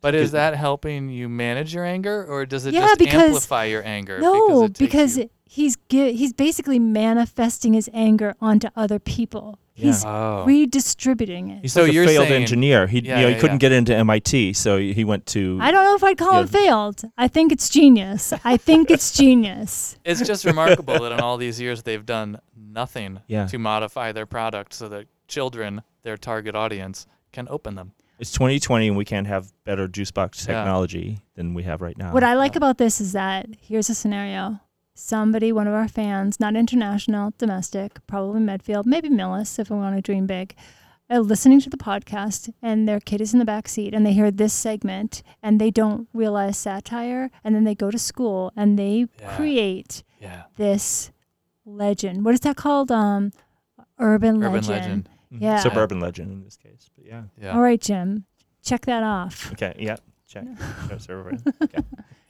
S2: But is that helping you manage your anger or does it
S3: Yeah,
S2: just
S3: because-
S2: amplify your anger?
S3: No,
S2: it takes
S3: because,
S2: you-
S3: he's gi- he's basically manifesting his anger onto other people.
S1: Yeah.
S3: He's
S2: Oh.
S3: redistributing it.
S1: He's
S2: So
S1: like
S2: you're
S1: a failed
S2: saying-
S1: engineer. He,
S2: Yeah,
S1: you know, he
S2: yeah,
S1: couldn't
S2: yeah.
S1: get into MIT, so he went to.
S3: I don't know if I'd call it
S1: Yeah.
S3: failed. I think it's genius. I think it's genius.
S2: it's just remarkable that in all these years they've done nothing
S1: Yeah.
S2: to modify their product so that children, their target audience, can open them.
S1: It's 2020, and we can't have better juice box
S2: Yeah.
S1: technology than we have right now.
S3: What I like about this is that here's a scenario. Somebody, one of our fans, not international, domestic, probably Medfield, maybe Millis, if we want to dream big, are listening to the podcast and their kid is in the back seat and they hear this segment and they don't realize satire and then they go to school and they
S2: Yeah.
S3: create
S2: Yeah.
S3: this legend. What is that called? Um, urban,
S2: Urban
S3: legend.
S2: legend.
S1: Mhm.
S3: yeah.
S1: Suburban legend in this case, but yeah.
S2: Yeah.
S3: All right, Jim, check that off.
S1: Okay. Yeah. Check. No, suburban.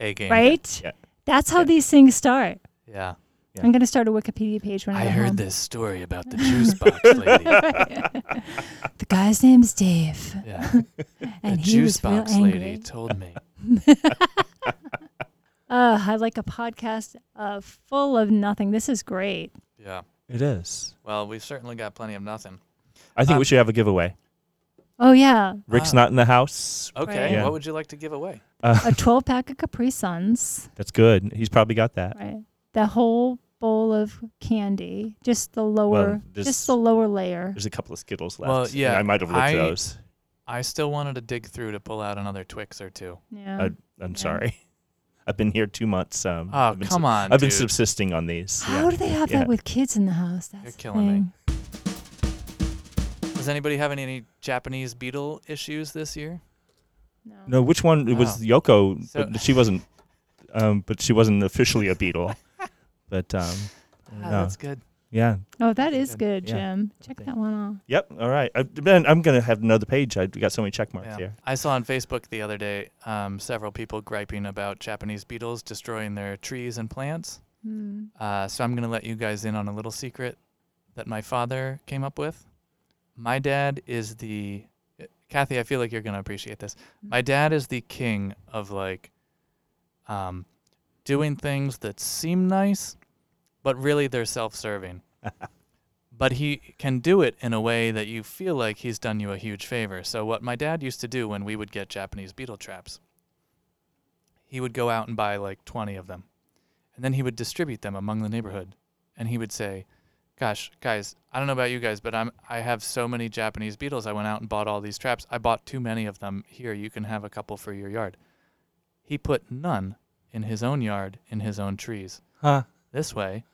S2: A game.
S3: Right?
S1: Yeah.
S3: That's how
S1: Yeah.
S3: these things start.
S2: Yeah.
S1: Yeah.
S3: I'm gonna start a Wikipedia page when I,
S2: I
S3: get
S2: heard
S3: home.
S2: this story about the juice box lady.
S3: The guy's name's Dave,
S2: Yeah. the
S3: and he
S2: juice
S3: was real
S2: box lady
S3: angry.
S2: told me.
S3: Ugh, I like a podcast uh, full of nothing. This is great.
S2: Yeah.
S1: It is.
S2: Well, we've certainly got plenty of nothing.
S1: I think
S2: Um,
S1: we should have a giveaway.
S3: Oh yeah,
S1: Rick's
S2: Ah.
S1: not in the house.
S2: Okay.
S3: Right.
S1: Yeah.
S2: What would you like to give away?
S3: a 12 pack of Capri Suns.
S1: That's good. He's probably got that.
S3: Right, the whole bowl of candy, just the lower,
S1: this-
S3: just the lower layer.
S1: There's a couple of Skittles left.
S2: Well,
S1: and
S2: yeah,
S1: I might have licked
S2: I-
S1: those.
S2: I still wanted to dig through to pull out another Twix or two.
S3: Yeah.
S1: I- I'm sorry. I've been here two months. Um,
S2: Oh,
S1: I've been
S2: come on.
S1: I've been
S2: dude.
S1: subsisting on these.
S3: How
S1: yeah.
S3: do they have
S1: yeah.
S3: that with kids in the house? That's
S2: You're
S3: the
S2: killing me.
S3: thing.
S2: Does anybody have any Japanese beetle issues this year?
S1: No, which one? It was Yoko,
S2: Oh. So-
S1: but she wasn't. Um, but she wasn't officially a beetle. but um,
S2: Ah,
S1: No.
S2: That's good.
S1: yeah,
S3: Oh, that is good,
S1: Yeah.
S3: Jim. Check
S1: Okay.
S3: that one off.
S1: yep. All right, I, Ben, I'm gonna have another page. I got so many check marks
S2: Yeah.
S1: here.
S2: I saw on Facebook the other day um, several people griping about Japanese beetles destroying their trees and plants.
S3: Hmm.
S2: Uh, so I'm going to let you guys in on a little secret that my father came up with. My dad is the uh, Kathy. I feel like you're going to appreciate this. My dad is the king of like um, doing things that seem nice, but really they're self-serving. but he can do it in a way that you feel like he's done you a huge favor. So what my dad used to do when we would get Japanese beetle traps, he would go out and buy like 20 of them and then he would distribute them among the neighborhood and he would say gosh guys i don't know about you guys but i'm i have so many japanese beetles i went out and bought all these traps i bought too many of them here you can have a couple for your yard he put none in his own yard in his own trees
S1: Huh.
S2: this way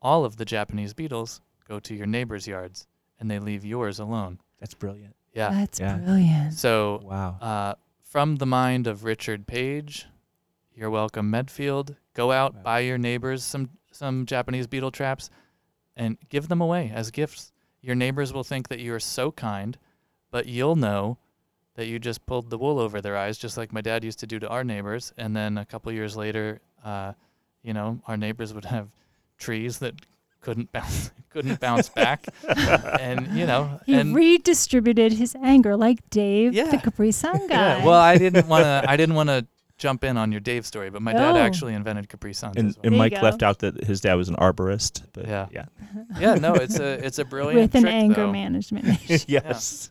S2: all of the japanese beetles go to your neighbors yards and they leave yours alone
S1: That's brilliant.
S2: yeah
S3: That's
S1: yeah.
S3: brilliant.
S2: so
S1: Wow.
S2: uh, from the mind of Richard Page, you're welcome, Medfield. Go out, buy your neighbors some some Japanese beetle traps, and give them away as gifts. Your neighbors will think that you are so kind, but you'll know that you just pulled the wool over their eyes, just like my dad used to do to our neighbors. And then a couple years later, uh, you know, our neighbors would have trees that couldn't bounce couldn't bounce back, and you know,
S3: He
S2: and
S3: redistributed his anger like Dave,
S2: Yeah.
S3: the Capri Sun guy.
S2: Yeah, well, I didn't want to. I didn't want to jump in on your Dave story, but my dad
S3: No.
S2: actually invented Capri Suns.
S1: and
S2: as well.
S1: and
S3: you
S1: Mike
S3: go.
S1: left out that his dad was an arborist. But
S2: Yeah.
S1: Yeah.
S2: yeah, no, it's a it's a brilliant
S3: with an
S2: trick,
S3: anger
S2: though.
S3: management issue.
S1: yes.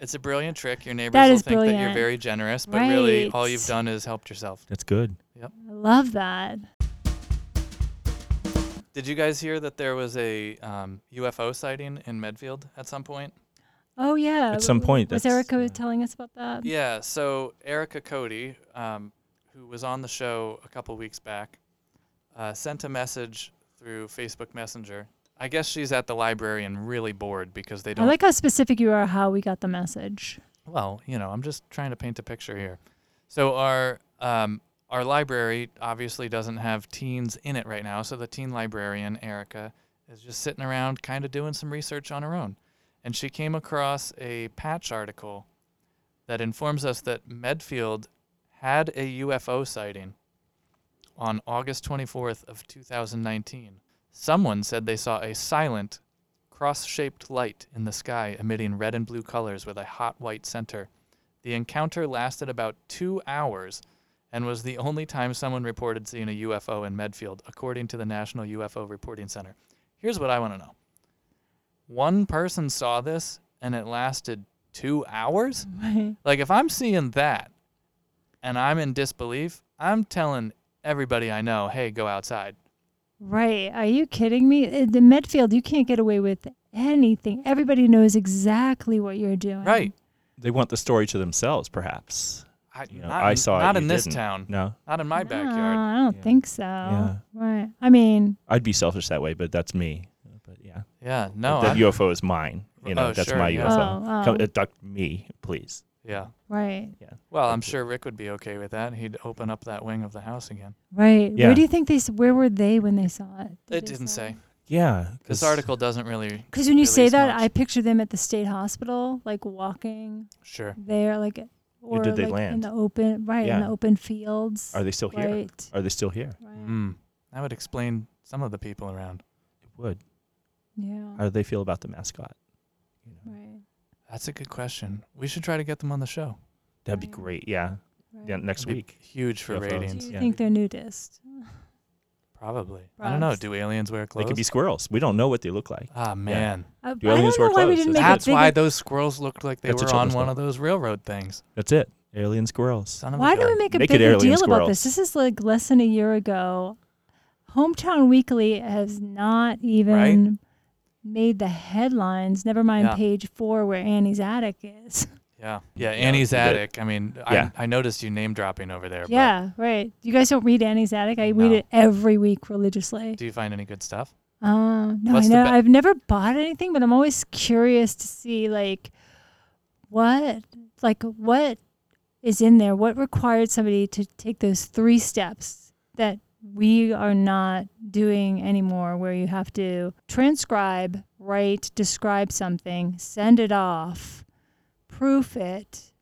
S2: It's a brilliant trick. Your neighbors
S3: That
S2: will
S3: is
S2: think that you're
S3: brilliant.
S2: very generous, but really, all you've
S3: Right.
S2: done is helped yourself.
S1: That's good.
S3: I love that.
S2: Did you guys hear that there was a um, UFO sighting in Medfield at some point?
S3: Oh yeah.
S1: At some
S3: w-
S1: point,
S3: was
S1: that's-
S3: Erica
S1: yeah.
S3: telling us about that?
S2: Yeah. So Erica Cody, um, who was on the show a couple weeks back, uh, sent a message through Facebook Messenger. I guess she's at the library and really bored because they
S3: I
S2: don't
S3: like how specific you are. How we got the message.
S2: Well, you know, I'm just trying to paint a picture here. So our um, our library obviously doesn't have teens in it right now. So the teen librarian Erica is just sitting around, kind of doing some research on her own, and she came across a patch article that informs us that Medfield had a UFO sighting on August 24th of 2019. Someone said they saw a silent cross-shaped light in the sky emitting red and blue colors with a hot white center. The encounter lasted about 2 hours and was the only time someone reported seeing a UFO in Medfield according to the National UFO Reporting Center. Here's what I want to know. One person saw this and it lasted 2 hours?
S3: Right.
S2: Like if I'm seeing that and I'm in disbelief, I'm telling everybody I know, "Hey, go outside."
S3: Right. Are you kidding me? Uh, The Medfield, you can't get away with anything. Everybody knows exactly what you're doing.
S2: Right.
S1: They want the story to themselves, perhaps.
S2: I,
S1: You know,
S2: not
S1: I
S2: in-
S1: saw it.
S2: not
S1: you
S2: in this
S1: didn't.
S2: town.
S1: No,
S2: Not in my backyard.
S3: No, I don't think so. Right. I mean,
S1: I'd be selfish that way, but that's me. But yeah,
S2: Yeah, no,
S1: that
S2: Oh, I-
S1: UFO is mine. You know,
S2: Oh,
S1: that's
S2: sure,
S1: my
S2: yeah.
S1: UFO.
S3: Oh,
S1: Come
S3: oh.
S1: abduct me, please.
S2: yeah.
S3: right.
S2: Well, I'm sure Rick would be okay with that. He'd open up that wing of the house again.
S3: Right.
S1: Yeah.
S3: Where do you think they s- where were they when they saw it?
S2: It didn't say.
S1: Yeah,
S2: This article doesn't really.
S3: Cuz when you say
S2: release
S3: that,
S2: much.
S3: I picture them at the state hospital like walking
S2: Sure.
S3: there like or
S1: did they
S3: like in
S1: land?
S3: the open right in
S1: Yeah.
S3: the open fields.
S1: Are they still here?
S3: right.
S1: Are they still here?
S3: Right.
S1: Hmm.
S2: Mm. That would explain some of the people around.
S1: It would.
S3: Yeah.
S1: How do they feel about the mascot? You know,
S3: right.
S2: That's a good question. We should try to get them on the show.
S1: that'd be
S3: Right.
S1: great. Yeah,
S3: right.
S1: yeah next
S2: That'd be
S1: week.
S2: Huge for
S1: UFOs.
S3: Do
S2: ratings.
S3: you
S1: Yeah.
S3: think they're nudist?
S2: Probably. I don't know.
S3: Frogs.
S2: Do aliens wear
S1: They
S2: clothes?
S1: could be squirrels. We don't know what they look like.
S2: ah, man.
S3: Uh, I, I
S1: The aliens
S3: don't
S1: wear
S3: know why we
S1: clothes,
S3: didn't make
S1: that's-
S3: a
S2: That's
S3: big
S2: why those squirrels looked like they
S1: That's a
S2: were on
S1: children's
S2: one
S1: book.
S2: of those railroad things.
S1: That's it. Alien squirrels.
S2: Son of a
S3: Why do
S2: gun.
S3: we make a
S1: Make it
S3: bigger
S1: alien
S3: deal about
S1: squirrels.
S3: this? This is like less than a year ago. Hometown Weekly has not even made the headlines. Never mind
S2: Yeah.
S3: page four where Annie's attic is.
S2: Yeah. Yeah. Annie's
S1: Yeah.
S2: attic. I mean,
S1: Yeah.
S2: I, I noticed you name dropping over there.
S3: Yeah, right. You guys don't read Annie's attic. I read
S2: No.
S3: it every week religiously.
S2: But do you find any good stuff?
S3: Oh no, I
S2: What's the
S3: know.
S2: be-
S3: I've never bought anything, but I'm always curious to see like what, like what is in there. What required somebody to take those three steps that we are not doing anymore, where you have to transcribe, write, describe something, send it off, proof it,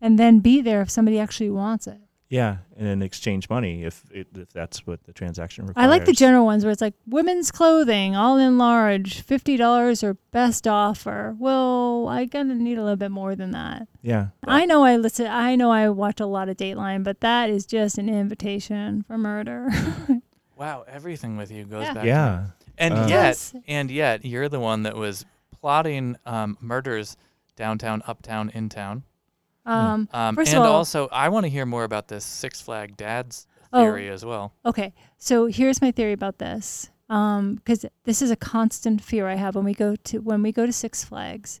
S3: and then be there if somebody actually wants it.
S1: Yeah, and then exchange money if it, if that's what the transaction requires.
S3: I like the general ones where it's like women's clothing, all in large, fifty dollars or best offer. Well, I gonna need a little bit more than that.
S1: Yeah,
S3: I know I listen. I know I watch a lot of Dateline, but that is just an invitation for murder.
S2: Hmm. Wow. Everything with you goes
S3: Yeah.
S2: back. to me.
S1: yeah,
S2: And
S1: Uh,
S2: yet,
S3: Yes.
S2: and yet, you're the one that was plotting um, murders downtown, uptown, in town.
S3: um,
S2: Um,
S3: First of
S2: and
S3: all-
S2: also, I want to hear more about this Six Flag Dad's
S3: Oh.
S2: theory as well.
S3: Okay, so here's my theory about this, because this is a constant fear I have when we go to when we go to Six Flags,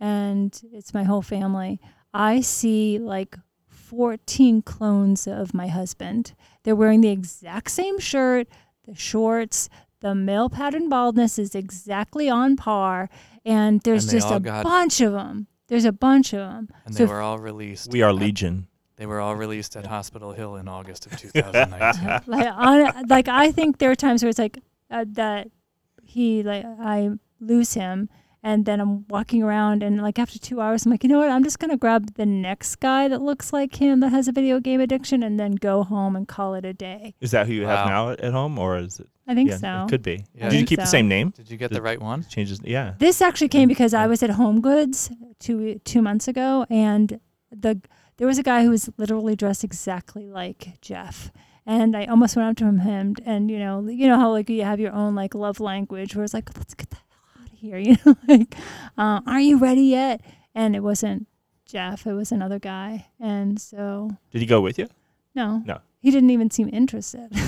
S3: and it's my whole family. I see like 14 clones of my husband. They're wearing the exact same shirt, the shorts, the male pattern baldness is exactly on par, and there's
S2: And they
S3: just
S2: all
S3: a
S2: got-
S3: bunch of them. There's a bunch of them.
S2: And
S3: So
S2: they
S3: if-
S2: were all released.
S1: we are
S2: at-
S1: legion.
S2: They were all released at Hospital Hill in August of 2019.
S3: like on, like I think there are times where it's like uh, that he like I lose him and then I'm walking around and like after 2 hours I'm like you know what I'm just going to grab the next guy that looks like him that has a video game addiction and then go home and call it a day.
S1: Is that who you have
S2: Wow.
S1: now at- at home, or is it?
S3: I think
S1: yeah,
S3: so.
S1: it could be.
S2: Yeah.
S1: Did you
S3: think
S1: keep the
S3: so.
S1: same name?
S2: Did you get the right one?
S1: Changes. Yeah.
S3: This actually came because I was at Home Goods 2 2 months ago and the there was a guy who was literally dressed exactly like Jeff. And I almost went up to him and, and you know, you know how like you have your own like love language where it's like, let's get the hell out of here, you know, like, uh, are you ready yet? And it wasn't Jeff, it was another guy. And so,
S1: Did he go with you?
S3: no.
S1: No.
S3: He didn't even seem interested.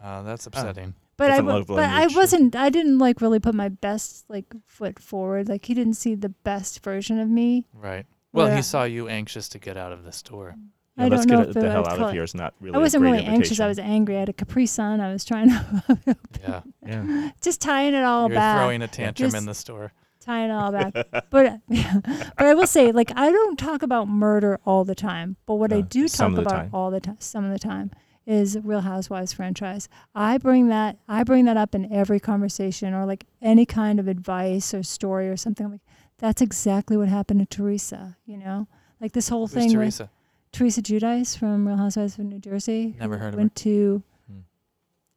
S2: Uh, that's upsetting.
S3: But I,
S1: Different
S3: wa-
S1: love
S3: but I
S1: language.
S3: wasn't. I didn't like really put my best like foot forward. Like he didn't see the best version of me.
S2: Right. Well,
S3: Yeah.
S2: he saw you anxious to get out of the store.
S1: Yeah,
S3: I
S1: let's
S3: don't know
S1: get
S3: if
S1: the
S3: it- I
S1: hell
S3: would
S1: out
S3: call
S1: of
S3: it-
S1: here. It's not really.
S3: I wasn't
S1: a great
S3: really anxious. I was
S1: invitation.
S3: angry. I had a Capri Sun. I was trying to
S2: Yeah.
S1: Yeah.
S3: just tying it all
S2: You're
S3: back,
S2: throwing a tantrum in
S3: Just-
S2: the store.
S3: tying it all back. but but I will say, like I don't talk about murder all the time. But what I
S1: No,
S3: do
S1: some
S3: talk
S1: of the
S3: about
S1: time.
S3: all the time, some of the time, is Real Housewives franchise. I bring that I bring that up in every conversation or like any kind of advice or story or something. I'm like, that's exactly what happened to Teresa. You know, like this whole
S2: Who's
S3: thing with
S2: Teresa?
S3: Teresa Judice from Real Housewives of New Jersey. who
S2: Never heard of her.
S3: Went to,
S1: Hmm.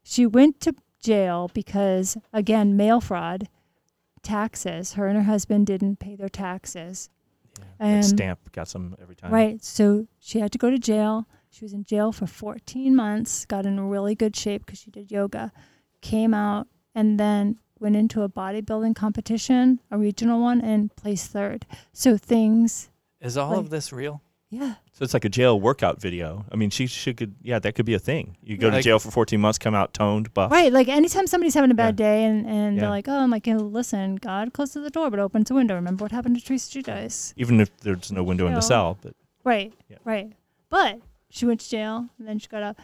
S3: she went to jail because again mail fraud, taxes. Her and her husband didn't pay their taxes.
S1: That
S3: Um,
S1: stamp got some every time.
S3: Right. So she had to go to jail. She was in jail for 14 months, got in really good shape because she did yoga, came out, and then went into a bodybuilding competition, a regional one, and placed third. So things,
S2: Is all
S3: Like-
S2: of this real?
S3: yeah.
S1: So it's like a jail workout video. I mean, she she could. Yeah, that could be a thing. You go to
S2: Like-
S1: jail for 14 months, come out toned, buff.
S3: Right. Like anytime somebody's having a bad
S1: Yeah.
S3: day and, and
S1: Yeah.
S3: they're like, oh, I'm like, listen, God closes the door but opens the window. Remember what happened to Teresa Judice?
S1: Even if there's no window in the
S3: Jail.
S1: cell, but
S3: Right.
S1: Yeah.
S3: Right. But she went to jail and then she got out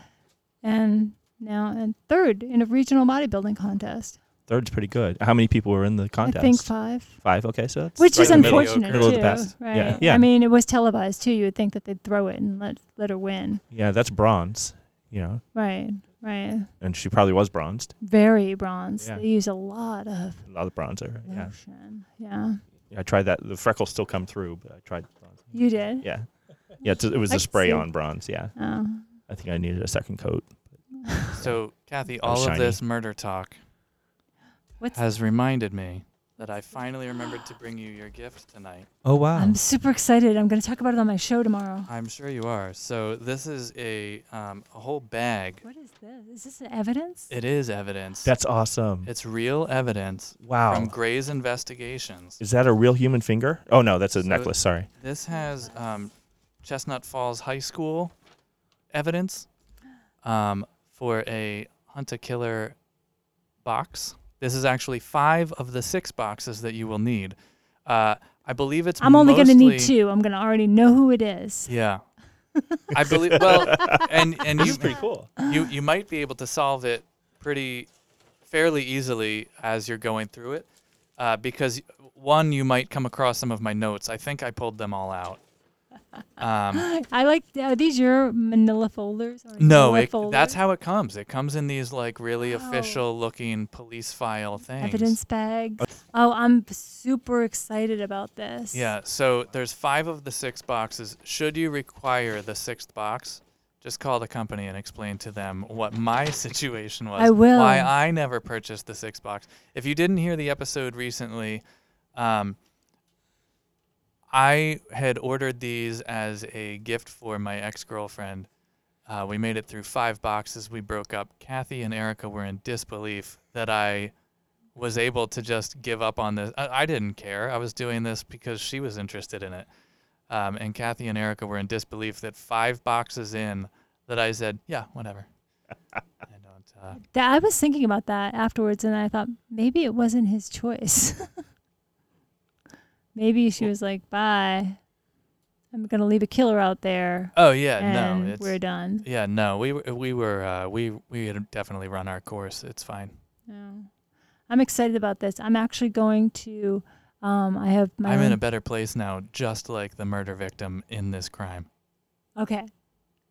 S3: and now and third in a regional bodybuilding contest.
S1: third's pretty good. How many people were in the contest?
S3: I think five.
S1: Five. Okay, so that's
S3: Which
S1: right
S3: is
S1: in the middle.
S3: unfortunate
S1: Middle of
S3: too,
S1: the best.
S3: right?
S1: Yeah. Yeah.
S3: I mean, it was televised too. You would think that they'd throw it and let let her win,
S1: Yeah, that's bronze. You know,
S3: right? Right.
S1: and she probably was bronzed.
S3: Very bronze.
S1: Yeah.
S3: They use a lot of
S1: A lot of bronzer. Yeah.
S3: lotion. Yeah,
S1: I tried that. The freckles still come through, but I tried. Bronze.
S3: you did.
S1: Yeah. Yeah, it's, it was
S3: I
S1: a
S3: can see
S1: spray
S3: it.
S1: on bronze. Yeah.
S3: Oh.
S1: I think I needed a second coat.
S2: So, Kathy,
S1: was
S2: all of
S1: shiny.
S2: this murder talk
S3: What's?
S2: has reminded me that I finally remembered to bring you your gift tonight.
S1: Oh wow.
S3: I'm super excited. I'm going to talk about it on my show tomorrow.
S2: I'm sure you are. So, this is a, um, a whole bag.
S3: What is this? Is this evidence?
S2: It is evidence.
S1: That's awesome.
S2: it's real evidence
S1: wow.
S2: from Gray's investigations.
S1: Is that a real human finger? Oh no, that's a
S2: So-
S1: necklace. Sorry.
S2: This has um, Chestnut Falls High School evidence um, for a Hunt a Killer box. This is actually five of the six boxes that you will need. Uh, I believe it's.
S3: I'm only going to need
S2: mostly-
S3: two. I'm going to already know who it is.
S2: Yeah. I believe. Well, and and you
S1: It's pretty cool.
S2: you you might be able to solve it pretty fairly easily as you're going through it uh, because one you might come across some of my notes i think i pulled them all out um,
S3: I like. Are these your Manila folders? Or
S2: no
S3: Manila
S2: it, that's
S3: folders?
S2: how it comes it comes in these like really
S3: Wow.
S2: official looking police file things
S3: evidence bags. Oh, I'm super excited about this.
S2: yeah so there's five of the six boxes should you require the sixth box just call the company and explain to them what my situation was
S3: I will.
S2: why I never purchased the six box. If you didn't hear the episode recently, um, I had ordered these as a gift for my ex girlfriend. Uh, we made it through five boxes. We broke up. Kathy and Erica were in disbelief that I was able to just give up on this. I, I didn't care. I was doing this because she was interested in it. Um, and Kathy and Erica were in disbelief that five boxes in, that I said, yeah, whatever. I don't. Uh,
S3: That, I was thinking about that afterwards, and I thought maybe it wasn't his choice. maybe she was like, "Bye, I'm gonna leave a killer out there,
S2: Oh yeah,
S3: and
S2: no, it's
S3: we're done."
S2: yeah, no, we were- we were uh, we we had definitely run our course. It's fine.
S3: No. I'm excited about this. I'm actually going to. Um, I have my.
S2: I'm in
S3: own-
S2: a better place now, just like the murder victim in this crime.
S3: okay,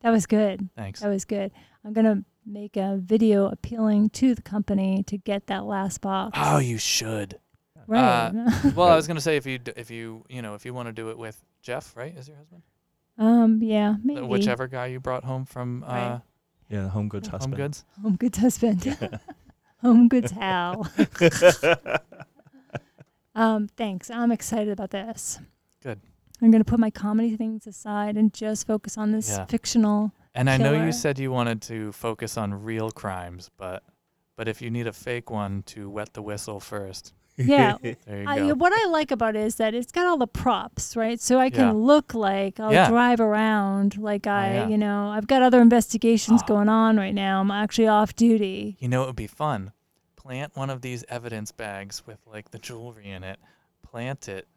S3: that was good.
S2: Thanks.
S3: That was good. I'm gonna make a video appealing to the company to get that last box.
S2: Oh, Uh, you should.
S3: right.
S2: Well, I was gonna say if you d- if you you know if you want to do it with Jeff, right, is your husband,
S3: um. Yeah.
S2: Uh,
S3: Maybe.
S2: whichever guy you brought home from uh,
S3: Right.
S1: Yeah, the home goods
S2: Home
S1: husband.
S2: Goods.
S3: Home goods husband. Home goods Hal. um. Thanks. I'm excited about this.
S2: Good.
S3: I'm gonna put my comedy things aside and just focus on this
S2: Yeah.
S3: fictional.
S2: And I know
S3: Killer.
S2: you said you wanted to focus on real crimes, but but if you need a fake one to wet the whistle first,
S3: Yeah.
S2: there you
S3: I,
S2: go.
S3: what I like about it is that it's got all the props, right? So I can
S2: Yeah.
S3: look like I'll
S2: Yeah. Oh,
S3: drive around like I,
S2: yeah. Oh.
S3: you know, I've got other investigations going on right now. I'm actually off duty.
S2: You know, it would be fun. Plant one of these evidence bags with like the jewelry in it. Plant it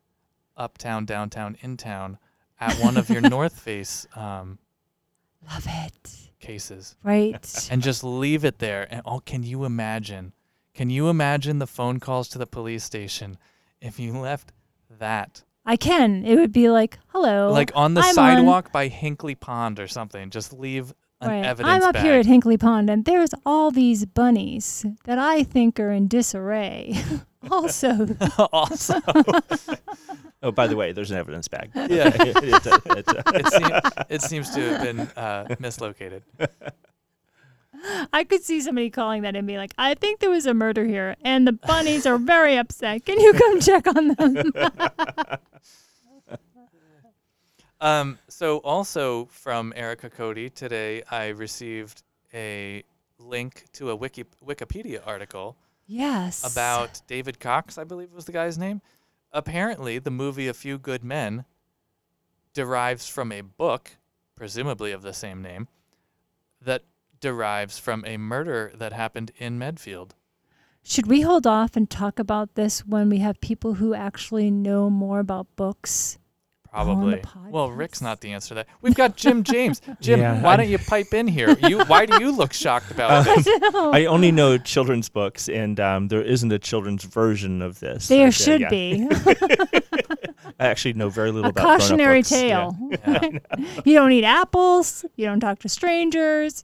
S2: uptown, downtown, in town at one of your North Face um,
S3: Love it.
S2: cases
S3: Right.
S2: and just leave it there. And oh, can you imagine? Can you imagine the phone calls to the police station if you left that?
S3: I can. It would be like, hello.
S2: Like on the
S3: Oh, I'm
S2: sidewalk by Hinkley Pond or something. Just leave an
S3: right.
S2: evidence
S3: I'm up
S2: bag.
S3: here at Hinkley Pond and there's all these bunnies that I think are in disarray. also,
S2: also,
S1: Oh, by the way, there's an evidence bag.
S2: yeah,
S1: It's a- it's a-
S2: it, seem, it seems to have been uh, mislocated.
S3: I could see somebody calling that and be like, I think there was a murder here and the bunnies are very upset. Can you come check on them?
S2: Um, so also from Erica Cody today, I received a link to a Wiki, Wikipedia article
S3: yes.
S2: about David Cox, I believe was the guy's name. Apparently, the movie A Few Good Men derives from a book, presumably of the same name, that derives from a murder that happened in Medfield.
S3: Should we hold off and talk about this when we have people who actually know more about books?
S2: Probably. Well,
S3: podcast?
S2: Rick's not the answer to that. We've got Jim James. Jim,
S1: Yeah,
S2: why
S1: I-
S2: don't you pipe in here? You, why do you look shocked about this?
S1: I only know children's books, and um, there isn't a children's version of this.
S3: there
S1: Okay,
S3: should
S1: yeah.
S3: be
S1: I actually know very little
S3: a
S1: about grown-up
S3: cautionary
S1: books. Yeah.
S3: tale. you don't eat apples. You don't talk to strangers.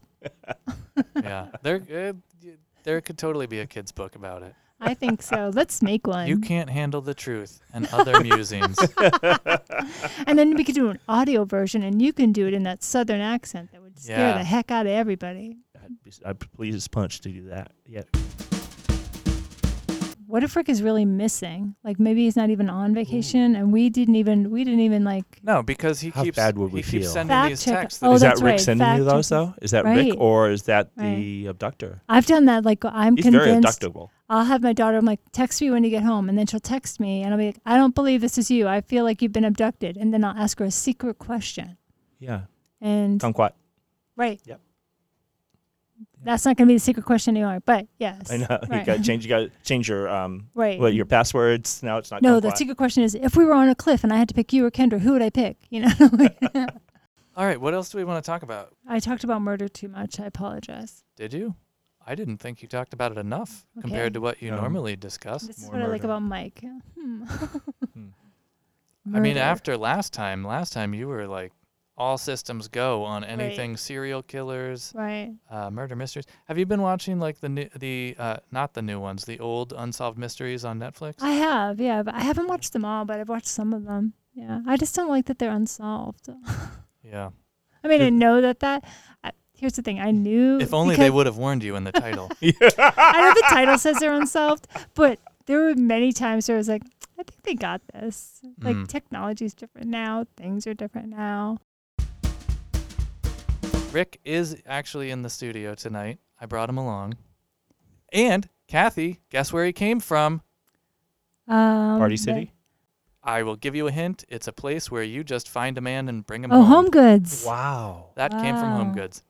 S2: yeah, there, uh, y- there could totally be a kids' book about it.
S3: I think so. Let's make one.
S2: You can't handle the truth and other musings.
S3: and then we could do an audio version, and you can do it in that southern accent that would scare
S2: Yeah.
S3: the heck out of everybody.
S1: I'd be- I'd please as punch to do that. Yeah.
S3: What if Rick is really missing? Like maybe he's not even on vacation, and we didn't even we didn't even like
S2: No, because he
S1: How
S2: keeps
S1: bad would we
S2: he keeps
S1: feel?
S2: sending
S3: Fact
S2: these
S3: check-
S2: texts.
S3: Oh,
S1: is
S2: that
S1: that
S3: that's
S1: Rick
S3: right,
S1: sending you
S3: fact
S1: those
S3: check-
S1: though? Is that
S3: Right.
S1: Rick or is that the abductor?
S3: I've done that. Like I'm
S1: He's very
S3: convinced.
S1: abductable.
S3: I'll have my daughter, I'm like, text me when you get home. And then she'll text me and I'll be like, I don't believe this is you. I feel like you've been abducted. And then I'll ask her a secret question.
S1: Yeah.
S3: And
S1: Kumquat.
S3: right.
S1: Yep.
S3: That's not going to be the secret question anymore. But yes.
S1: I know you
S3: Right.
S1: got to change. You got to change your um,
S3: Right.
S1: what your passwords. Now it's not.
S3: no, the
S1: compliant.
S3: secret question is if we were on a cliff and I had to pick you or Kendra, who would I pick? You know, like,
S2: All right, what else do we want to talk about?
S3: I talked about murder too much. I apologize.
S2: Did you? I didn't think you talked about it enough
S3: Okay.
S2: compared to what you
S1: Um,
S2: normally discuss.
S3: This is
S1: more
S3: what I like
S1: murder.
S3: about Mike. Hmm.
S2: I mean,
S3: Murder.
S2: after last time, last time you were like all systems go on anything serial killers,
S3: Right.
S2: uh, murder mysteries. Have you been watching like the new, the uh, not the new ones, the old unsolved mysteries on Netflix?
S3: I have, yeah, but I haven't watched them all, but I've watched some of them. Yeah. I just don't like that they're unsolved.
S2: yeah.
S3: I mean, I know that that. I, here's the thing. I knew.
S2: If only they
S3: mm, because-
S2: would have warned you in the title.
S3: I know the title says they're unsolved, but there were many times where I was like, I think they got this. Like
S2: Mm.
S3: technology's different now, things are different now.
S2: Rick is actually in the studio tonight. I brought him along. And Kathy, guess where he came from?
S3: Um,
S1: Party
S3: but-
S1: City?
S2: I will give you a hint. It's a place where you just find a man and bring him
S3: Oh,
S2: home.
S3: Home Goods.
S1: Wow.
S2: That came from Home
S3: Wow.
S2: Goods.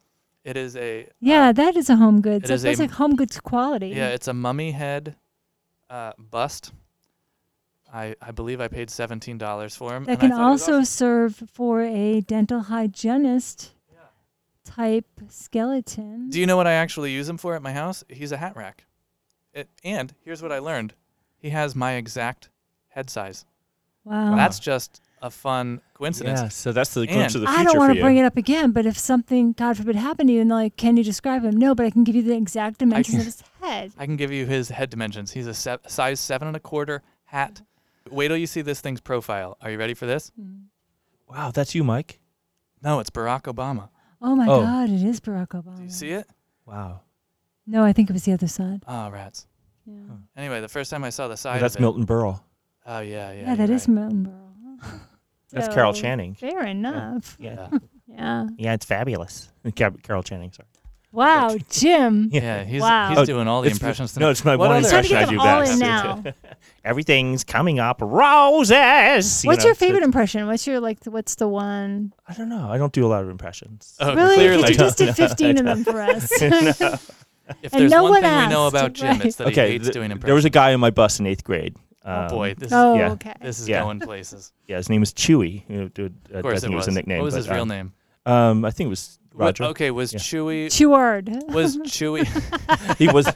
S2: It is a uh,
S3: Yeah, that is a Home Goods.
S2: it
S3: That
S2: is a
S3: feels
S2: m-
S3: like Home Goods quality.
S2: yeah, it's a mummy head uh, bust. I I believe I paid seventeen dollars for him.
S3: that
S2: and
S3: can
S2: I thought it was
S3: also serve for a dental hygienist type skeleton.
S2: awesome. Do you know what I actually use him for at my house? He's a hat rack. It, and here's what I learned: he has my exact head size.
S3: wow.
S2: That's just a fun coincidence.
S1: Yeah. So that's the
S2: And-
S1: glimpse of the future
S3: I don't
S1: for
S3: want
S1: you.
S3: to bring it up again, but if something, God forbid, happened to you and they're like, can you describe him? No, but I can give you the exact dimensions
S2: can-
S3: of his head.
S2: I can give you his head dimensions. He's a se- size seven and a quarter hat. Wait till you see this thing's profile. Are you ready for this?
S3: Hmm.
S1: wow, that's you, Mike.
S2: No, it's Barack Obama.
S3: Oh my
S1: Oh.
S3: God, it is Barack Obama.
S2: Do you see it?
S1: Wow.
S3: No, I think it was the other side.
S2: Oh, rats.
S3: Yeah,
S2: Anyway, the first time I saw the side.
S1: Well,
S2: of
S1: Oh, that's
S2: it-
S1: Milton Berle.
S2: Oh yeah, yeah.
S3: yeah, that is Milton Berle.
S1: That's Carol
S3: So,
S1: Channing.
S3: Fair enough.
S2: Yeah.
S3: Yeah.
S1: Yeah, it's fabulous. Cab- Carol Channing. Sorry.
S3: Wow, Jim.
S2: Yeah, he's
S3: Wow.
S2: he's
S1: Oh,
S2: doing all the
S1: it's-
S2: impressions.
S1: no, it's my
S2: What
S1: one
S2: other-
S3: He's trying to get
S1: impression I
S3: them
S1: do
S3: all
S1: best.
S3: in now.
S1: Everything's coming up roses. You
S3: What's
S1: know,
S3: your
S1: it's a-
S3: favorite impression? What's your like? the- What's the one?
S1: I don't know. I don't do a lot of impressions.
S2: Oh,
S3: really?
S2: clearly.
S3: Because you just did fifteen of them for us.
S2: If
S3: And
S2: there's
S3: no
S2: one
S3: one
S2: thing we know
S3: asked,
S2: about Jim, it's that he
S1: okay.
S2: hates
S1: th-
S2: doing impressions.
S1: there was a guy on my bus in eighth grade. Um,
S2: oh boy, this
S3: oh,
S1: yeah.
S3: okay.
S2: this is
S1: Yeah.
S2: going places.
S1: Yeah, his name was Chewy. You know, uh,
S2: Of
S1: I
S2: course,
S1: think
S2: it
S1: it was a nickname.
S2: What was
S1: but,
S2: his real
S1: um,
S2: name?
S1: Um, I think it was
S2: What-
S1: Roger.
S2: okay, was
S1: Yeah.
S2: Chewy
S3: Cheward.
S2: was Chewy
S1: He was.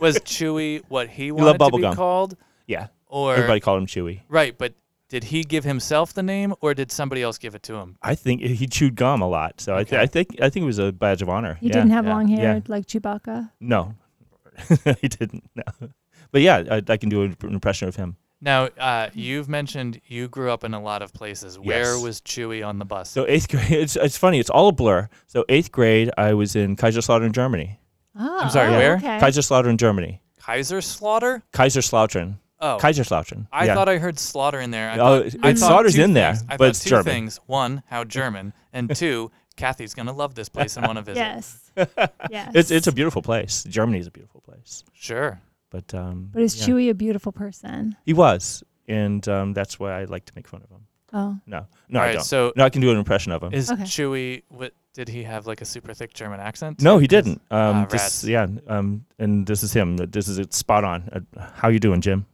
S2: was Chewy what he
S1: loved
S2: wanted to be
S1: bubblegum.
S2: called,
S1: yeah,
S2: or
S1: everybody called him Chewy.
S2: right? But did he give himself the name, or did somebody else give it to him?
S1: I think he chewed gum a lot, so I,
S2: Okay.
S1: th- I think I think it was a badge of honor.
S3: He
S1: yeah.
S3: didn't have
S2: yeah,
S3: long hair
S1: yeah.
S3: like Chewbacca.
S1: No, he didn't. No. But yeah, I, I can do an impression of him.
S2: Now, uh, you've mentioned you grew up in a lot of places. Where
S1: Yes.
S2: was Chewy on the bus?
S1: So eighth grade, it's, it's funny, it's all a blur. So eighth grade, I was in Kaiserslautern, Germany.
S3: Oh,
S2: sorry,
S3: oh,
S2: where?
S3: Okay.
S1: Kaiserslautern, Germany.
S2: Kaiser Slaughter?
S1: Kaiserslautern.
S2: Oh,
S1: Kaiserslautern.
S2: I
S1: yeah.
S2: thought I heard slaughter in there. I
S1: Oh,
S2: thought,
S1: it-
S2: I
S1: it-
S2: thought
S1: slaughter's
S2: two
S1: in there,
S2: things. I
S1: but
S2: thought
S1: it's
S2: two
S1: German.
S2: things. One, how German, and two, Kathy's gonna love this place and want to visit.
S3: Yes. yes.
S1: it's it's a beautiful place. Germany is a beautiful place.
S2: Sure.
S1: But um,
S3: But is
S1: yeah.
S3: Chewie a beautiful person?
S1: He was, and um, that's why I like to make fun of him.
S3: Oh,
S1: No, no,
S2: All
S1: I
S2: right,
S1: don't.
S2: so-
S1: no, I can do an impression of him.
S2: Is
S3: Okay.
S2: Chewy? What did he have like a super thick German accent?
S1: No, he
S2: 'Cause-
S1: didn't. Um,
S2: Ah,
S1: this-
S2: rats.
S1: yeah, um, and this is him. This is it's spot on. Uh, how you doing, Jim?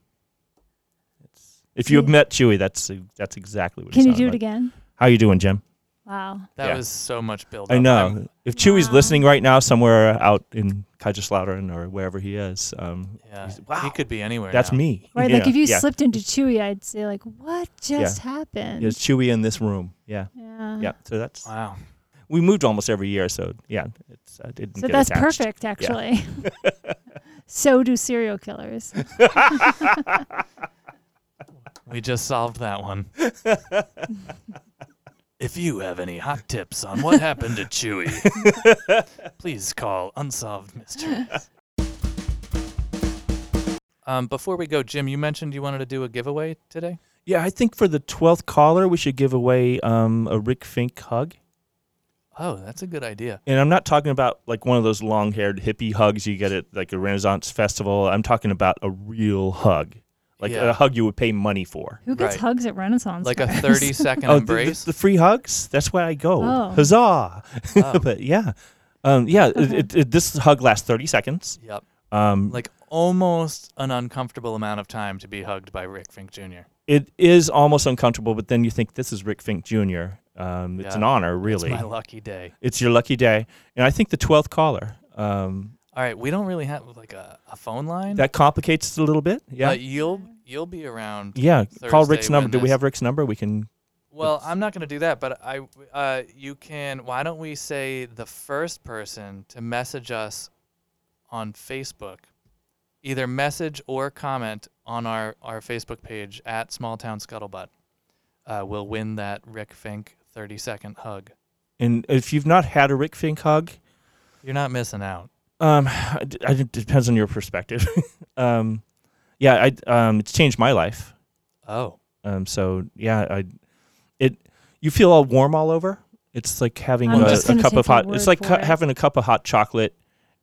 S1: If you
S3: Yeah.
S1: met Chewy, that's that's exactly what. he
S3: can you
S1: sounded
S3: do it
S1: like.
S3: again?
S1: How you doing, Jim?
S3: Wow.
S2: That
S1: Yeah.
S2: was so much build.
S1: I
S2: up.
S1: know.
S2: I'm-
S1: If Chewy's
S3: Wow.
S1: listening right now, somewhere out in Kaiserslautern or wherever he is, um,
S2: yeah.
S1: he's- wow,
S2: He could be anywhere.
S1: that's
S2: now.
S1: me.
S3: Right. Like
S1: Yeah,
S3: if you
S1: yeah.
S3: slipped into Chewie, I'd say like, what just happened?
S1: There's Chewy in this room. Yeah,
S3: Yeah.
S1: yeah. So that's
S2: Wow.
S1: we moved almost every year. So yeah, it's I didn't.
S3: So
S1: get
S3: that's
S1: attached.
S3: perfect, actually. so do serial killers.
S2: We just solved that one. if you have any hot tips on what happened to Chewy, please call Unsolved Mysteries. Um, before we go, Jim, you mentioned you wanted to do a giveaway today.
S1: Yeah, I think for the twelfth caller, we should give away um, a Rick Fink hug.
S2: Oh, that's a good idea.
S1: And I'm not talking about like one of those long haired hippie hugs you get at like a Renaissance festival. I'm talking about a real hug, like
S2: Yeah.
S1: a hug you would pay money for.
S3: Who gets
S2: Right.
S3: hugs at Renaissance?
S2: Like a
S3: fairs?
S2: 30 second
S1: Oh, the, the,
S2: embrace.
S1: the free hugs? That's why I go.
S3: Oh.
S1: Huzzah!
S2: Oh.
S1: but yeah, Um, yeah, it, it, it, this hug lasts 30 seconds.
S2: Yep.
S1: Um,
S2: Like almost an uncomfortable amount of time to be hugged by Rick Fink Jr.
S1: it is almost uncomfortable, but then you think this is Rick Fink Jr. Um, it's
S2: Yeah.
S1: an honor, really.
S2: It's my lucky day.
S1: It's your lucky day, and I think the 12th caller. Um,
S2: All right, we don't really have like a, a phone line.
S1: that complicates it a little bit. Yeah.
S2: But Uh, you'll you'll be around.
S1: yeah. Call
S2: Thursday
S1: Rick's number.
S2: when
S1: Do we
S2: this-
S1: have Rick's number? We can.
S2: Well, I'm not going to do that, but I uh, you can. Why don't we say the first person to message us on Facebook, either message or comment on our our Facebook page at Small Town Scuttlebutt, uh, will win that Rick Fink 30 second hug.
S1: And if you've not had a Rick Fink hug,
S2: You're not missing out.
S1: Um, I d- I d- it depends on your perspective. um, yeah, I um, it's changed my life.
S2: Oh,
S1: Um, so yeah, I it you feel all warm all over. It's like having
S3: I'm
S1: a,
S3: just
S1: a
S3: gonna
S1: cup
S3: take
S1: of
S3: your
S1: hot. It's
S3: word
S1: like
S3: for
S1: cu-
S3: it.
S1: having a cup of hot chocolate,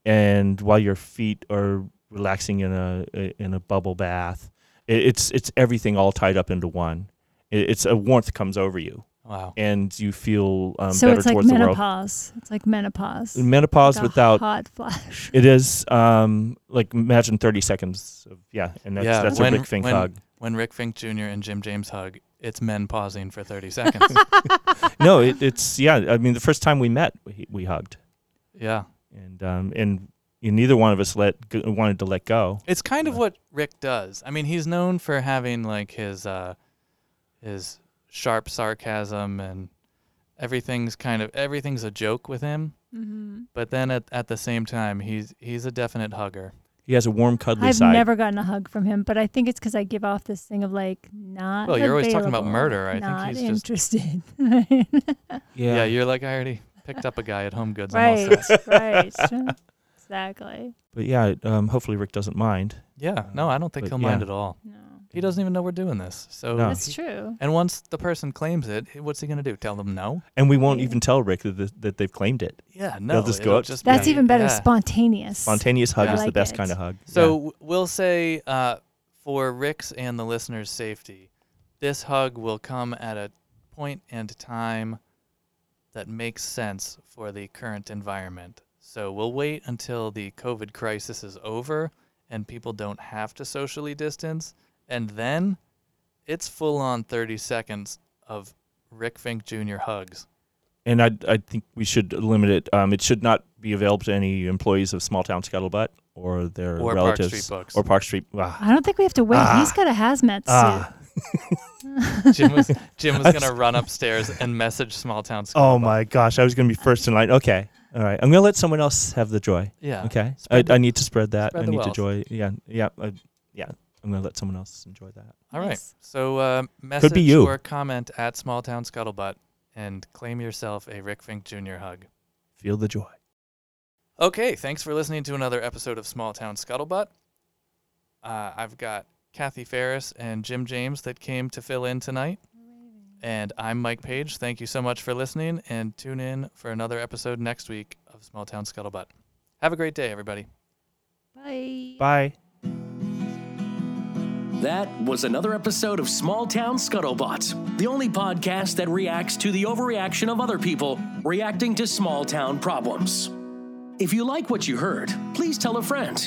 S1: and while your feet are relaxing in a in a bubble bath, it, it's it's everything all tied up into one. It, it's a warmth comes over you,
S2: wow.
S1: and you feel um,
S3: so
S1: better
S3: it's like
S1: towards the world.
S3: menopause. It's like menopause.
S1: Menopause
S3: Like a
S1: without
S3: hot flash.
S1: It is um like imagine thirty seconds of yeah, and that's
S2: yeah,
S1: that's
S2: when,
S1: a Rick Fink
S2: when,
S1: hug.
S2: When Rick Fink Jr. and Jim James hug, it's men pausing for 30 seconds.
S1: No, it, it's yeah. I mean, the first time we met, we, we hugged,
S2: yeah.
S1: and um and you, neither one of us let go, wanted to let go.
S2: It's kind of
S1: Yeah.
S2: what Rick does. I mean, he's known for having like his uh his sharp sarcasm and everything's kind of everything's a joke with him,
S3: hmm
S2: but then at, at the same time he's he's a definite hugger.
S1: He has a warm, cuddly
S3: I've
S1: side.
S3: never gotten a hug from him, but I think it's because I give off this thing of like not.
S2: Well, you're always talking about
S3: available,
S2: murder. I think
S3: not
S2: he's just-
S3: interested.
S2: Yeah, you're like I already picked up a guy at Home Goods on all
S3: right,
S2: sets.
S3: right, exactly.
S1: but yeah, um, hopefully Rick doesn't mind.
S2: Yeah. No, I don't think
S1: But
S2: he'll
S1: yeah.
S2: mind at all.
S3: No,
S2: He doesn't even know we're doing this. So
S1: No.
S3: that's true.
S2: and once the person claims it, h- what's he gonna do? Tell them no?
S1: And we won't
S3: Yeah.
S1: even tell Rick that, th- that they've claimed it.
S2: Yeah, no.
S1: just go
S2: it'll
S1: up-
S2: just
S3: That's
S2: be-
S3: even better.
S2: yeah.
S3: Spontaneous.
S1: Spontaneous hug
S2: I
S1: is the
S3: like
S1: best
S3: it.
S1: kind of hug.
S2: So w- we'll say uh, for Rick's and the listener's safety, this hug will come at a point and time that makes sense for the current environment. So we'll wait until the COVID crisis is over and people don't have to socially distance. And then it's full on 30 seconds of Rick Fink Jr. hugs.
S1: yeah. and I I think we should limit it. Um, it should not be available to any employees of Small Town Scuttlebutt or their
S2: Or Park Street
S1: relatives
S2: Books.
S1: or Park Street. Ah,
S3: I don't think we have to wait.
S1: Ah.
S3: He's got a hazmat suit.
S1: ah.
S2: Jim was, Jim was going to run upstairs and message small town school.
S1: Oh my gosh, I was gonna be first in line. Okay, all right. I'm gonna let someone else have the joy.
S2: Yeah.
S1: Okay, I,
S2: Spread the-
S1: I need to spread that.
S2: spread
S1: I
S2: the
S1: need to
S2: wealth.
S1: joy. Yeah, yeah, I, yeah. I'm gonna let someone else enjoy that.
S2: All right.
S3: Nice.
S2: So uh, message
S1: you.
S2: or comment at Small Town Scuttlebutt and claim yourself a Rick Fink Jr. hug.
S1: Feel the joy.
S2: Okay. Thanks for listening to another episode of Small Town Scuttlebutt. Uh, I've got Kathy Ferris and Jim James that came to fill in tonight. And I'm Mike Page. Thank you so much for listening and tune in for another episode next week of Small Town Scuttlebutt. Have a great day, everybody.
S3: Bye.
S1: Bye.
S4: That was another episode of Small Town Scuttlebutt, the only podcast that reacts to the overreaction of other people reacting to small town problems. If you like what you heard, please tell a friend.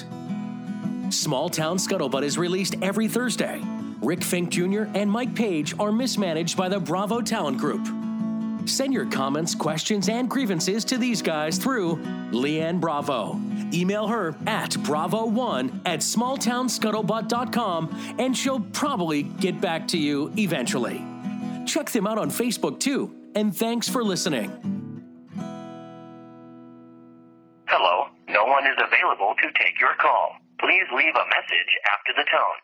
S4: Small Town Scuttlebutt is released every Thursday. Rick Fink Jr. and Mike Page are mismanaged by the Bravo Talent Group. Send your comments, questions, and grievances to these guys through Leanne Bravo. Email her at bravo1 at smalltownscuttlebutt.com and she'll probably get back to you eventually. Check them out on Facebook too, and thanks for listening.
S7: Hello, no one is available to take your call. Please leave a message after the tone.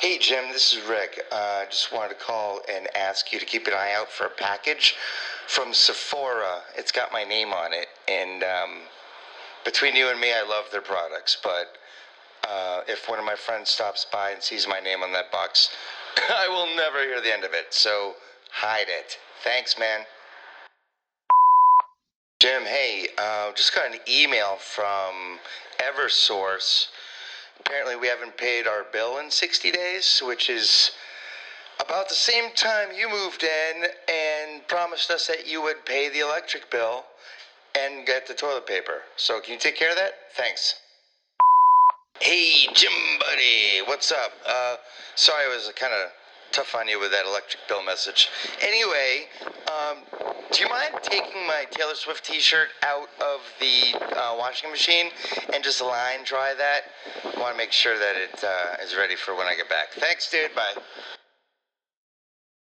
S6: Hey, Jim, this is Rick. Uh, just wanted to call and ask you to keep an eye out for a package from Sephora. It's got my name on it. And um, between you and me, I love their products. But uh, if one of my friends stops by and sees my name on that box, I will never hear the end of it. So hide it. Thanks, man. Jim, hey, uh, just got an email from Eversource. Apparently, we haven't paid our bill in 60 days, which is about the same time you moved in and promised us that you would pay the electric bill. and get the toilet paper. So can you take care of that? Thanks. Hey, Jim buddy, what's up? Uh, sorry, I was kind of tough on you with that electric bill message. Anyway, um, do you mind taking my Taylor Swift T-shirt out of the uh, washing machine and just line dry that? I want to make sure that it uh, is ready for when I get back. Thanks, dude. Bye.